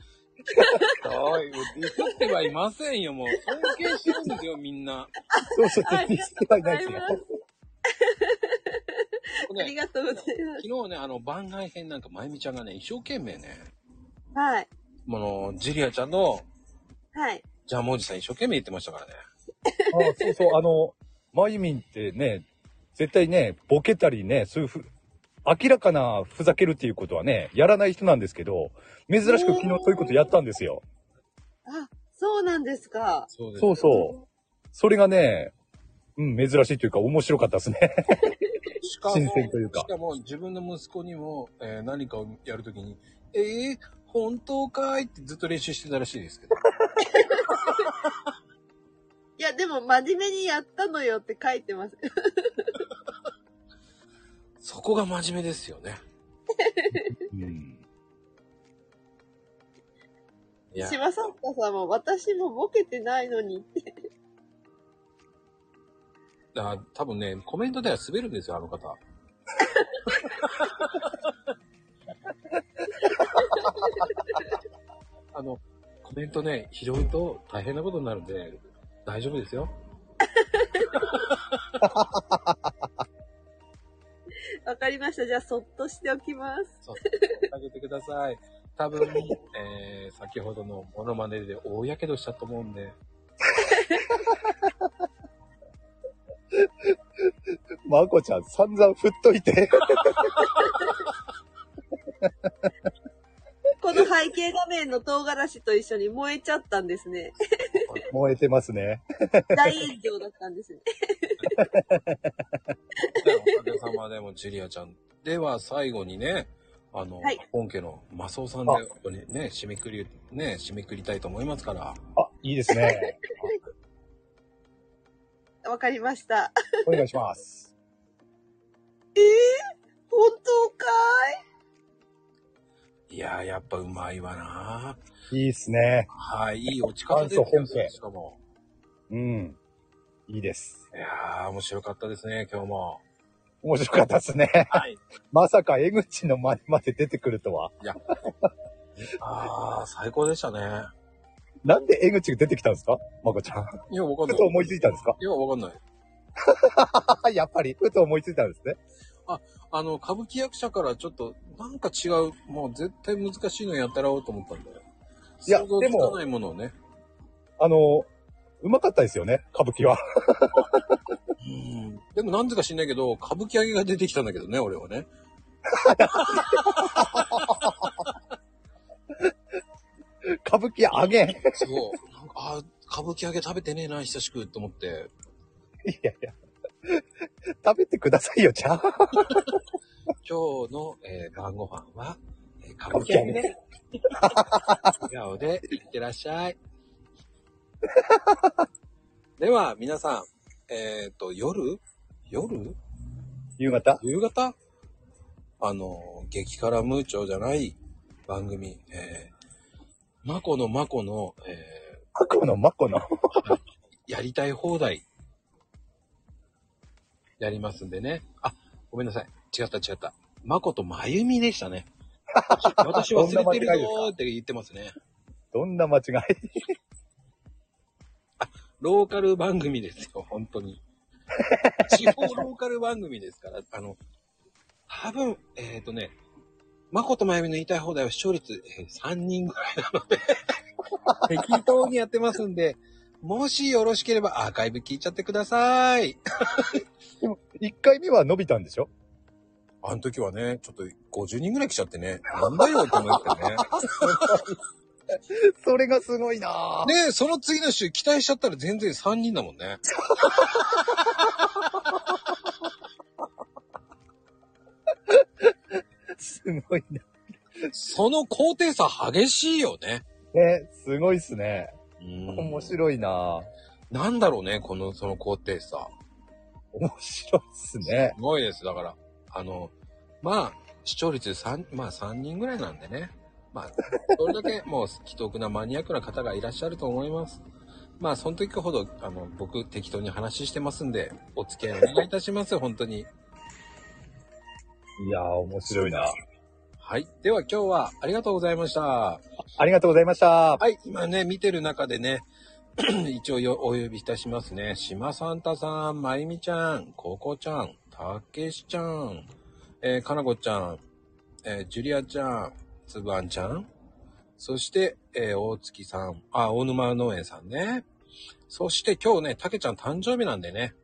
[SPEAKER 1] おい、ディスってはいませんよ、もう。尊敬してるんですよ、みんな。
[SPEAKER 2] そうそう、にしてはいないですよ
[SPEAKER 4] あ。りがとあり
[SPEAKER 1] ね、
[SPEAKER 4] がとうございます。
[SPEAKER 1] 昨日ね、あの、番外編なんか、まゆみちゃんがね、一生懸命ね、
[SPEAKER 4] はい、
[SPEAKER 1] もの、ジュリアちゃんの、
[SPEAKER 4] はい。
[SPEAKER 1] ジャムおじさん一生懸命言ってましたからね。
[SPEAKER 2] あそうそう、あの、まゆみんってね、絶対ね、ボケたりね、そういうふ、明らかなふざけるっていうことはね、やらない人なんですけど、珍しく昨日そういうことやったんですよ。
[SPEAKER 4] あ、そうなんですか。
[SPEAKER 1] そうで
[SPEAKER 2] そうそう。それがね、うん、珍しいというか面白かったですね。
[SPEAKER 1] しかも、
[SPEAKER 2] 新鮮というか
[SPEAKER 1] しかも自分の息子にも、えー何かをやるときに、えー、本当かいってずっと練習してたらしいですけど。
[SPEAKER 4] いや、でも、真面目にやったのよって書いてます。
[SPEAKER 1] そこが真面目ですよね。
[SPEAKER 2] うん
[SPEAKER 1] いや、
[SPEAKER 4] 柴作家さんも、私もボケてないのにって。
[SPEAKER 1] あ多分ね、コメントでは滑るんですよ、あの方。あの、コメントね、拾うと大変なことになるんで、大丈夫ですよ。
[SPEAKER 4] わかりました。じゃあ、そっとしておきます。
[SPEAKER 1] そう、あげてください。多分、えー、先ほどのモノマネで大やけどしたと思うんで、
[SPEAKER 2] まこちゃん散々振っとい て。
[SPEAKER 4] この背景画面の唐辛子と一緒に燃えちゃったんですね。
[SPEAKER 2] 燃えてますね。
[SPEAKER 4] 大炎上だったんですね。
[SPEAKER 1] おかげさまでもジュリアちゃん。では最後にね、あの、
[SPEAKER 4] はい
[SPEAKER 1] 本家のマスオさんで
[SPEAKER 2] あ
[SPEAKER 1] ここにね、締めくり、ね、締めくりたいと思いますから。
[SPEAKER 2] あ、いいですね。
[SPEAKER 4] わかりました。
[SPEAKER 2] お願いします。
[SPEAKER 4] 本当か
[SPEAKER 1] いやー、やっぱうまいわなー
[SPEAKER 2] いいっすね。
[SPEAKER 1] はい、いい落ち方です
[SPEAKER 2] 元祖本家
[SPEAKER 1] しかも。
[SPEAKER 2] うん。いいです。
[SPEAKER 1] いやー、面白かったですね、今日も。
[SPEAKER 2] 面白かったですね。
[SPEAKER 1] はい。
[SPEAKER 2] まさか江口の真似まで出てくるとは。
[SPEAKER 1] あー、最高でしたね。
[SPEAKER 2] なんで江口が出てきたんですかまこち ゃん。
[SPEAKER 1] いや、わかん
[SPEAKER 2] ふ
[SPEAKER 1] ない
[SPEAKER 2] と。思いついたんですか
[SPEAKER 1] いや、わかんない。
[SPEAKER 2] やっぱり、ふと思いついたんですね。
[SPEAKER 1] あの、歌舞伎役者からちょっと、なんか違う、もう絶対難しいのやったらおうと思ったんだよ。
[SPEAKER 2] いや
[SPEAKER 1] 想像
[SPEAKER 2] で
[SPEAKER 1] つ
[SPEAKER 2] も
[SPEAKER 1] かないものをね。
[SPEAKER 2] あの、うまかったですよね、歌舞伎は。
[SPEAKER 1] うん。でも、なんでか知んないけど、歌舞伎揚げが出てきたんだけどね、俺はね。
[SPEAKER 2] 歌舞伎あげん。い
[SPEAKER 1] そう。なんかあー、歌舞伎揚げ食べてねえな、久しく、と思って。
[SPEAKER 2] やいや。 食べてくださいよ、じゃあ。
[SPEAKER 1] 今日の、えー晩ご飯は、えー、歌舞伎揚げね。笑顔で、いってらっしゃい。では、皆さん、えっ、と、夜夜
[SPEAKER 2] 夕方
[SPEAKER 1] 夕方あの、激辛ムーチョじゃない番組、えー、マコのマコの、え
[SPEAKER 2] マコのマコの。
[SPEAKER 1] ーやりたい放題、やりますんでね。あ、ごめんなさい。違った違った。マコとまゆみでしたね。私忘れてるよーって言ってますね。
[SPEAKER 2] どんな間違い
[SPEAKER 1] ローカル番組ですよ、本当に。地方ローカル番組ですから、あの、多分、えっ、とね、まことまゆみの言いたい放題は視聴率、えー3人ぐらいなので、適当にやってますんで、もしよろしければアーカイブ聞いちゃってください。
[SPEAKER 2] 一回目は伸びたんでしょ
[SPEAKER 1] あの時はね、ちょっと50人ぐらい来ちゃってね、なんだよと思ってね。
[SPEAKER 2] それがすごいなぁ。
[SPEAKER 1] ねえ、その次の週期待しちゃったら全然3人だもんね。
[SPEAKER 2] すごいな。
[SPEAKER 1] その高低差激しいよね。
[SPEAKER 2] ね、すごいっすね。面
[SPEAKER 1] 面い。
[SPEAKER 2] 白いなぁ。
[SPEAKER 1] なんだろうね、この、その高低差。
[SPEAKER 2] 面白いっすね。
[SPEAKER 1] すごいです。だから、あの、まあ、視聴率3、まあ3人ぐらいなんでね。まあ、それだけもう、既得なマニアックな方がいらっしゃると思います。まあ、その時ほど、あの、僕、適当に話してますんで、お付き合いお願いいたします、本当に。
[SPEAKER 2] いやー、面白いな
[SPEAKER 1] はい。では、今日はありがとうございました。
[SPEAKER 2] ありがとうございました。
[SPEAKER 1] はい、今ね、見てる中でね、 一応よお呼びいたしますね。島サンタさん、まゆみちゃん、ここちゃん、たけしちゃん、えーかなこちゃん、えージュリアちゃん、つぶあんちゃん、そして、えー大月さん、あ、大沼農園さんね。そして今日ね、たけちゃん誕生日なんでね。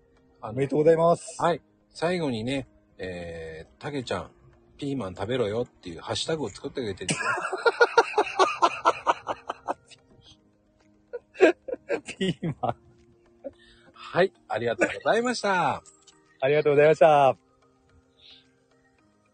[SPEAKER 1] あ
[SPEAKER 2] お
[SPEAKER 1] の
[SPEAKER 2] めでとうございます。
[SPEAKER 1] はい。最後にね、えー、たけちゃん、ピーマン食べろよっていうハッシュタグを作ってくれてる、
[SPEAKER 2] ピーマン。
[SPEAKER 1] はい。ありがとうございました。
[SPEAKER 2] ありがとうございました。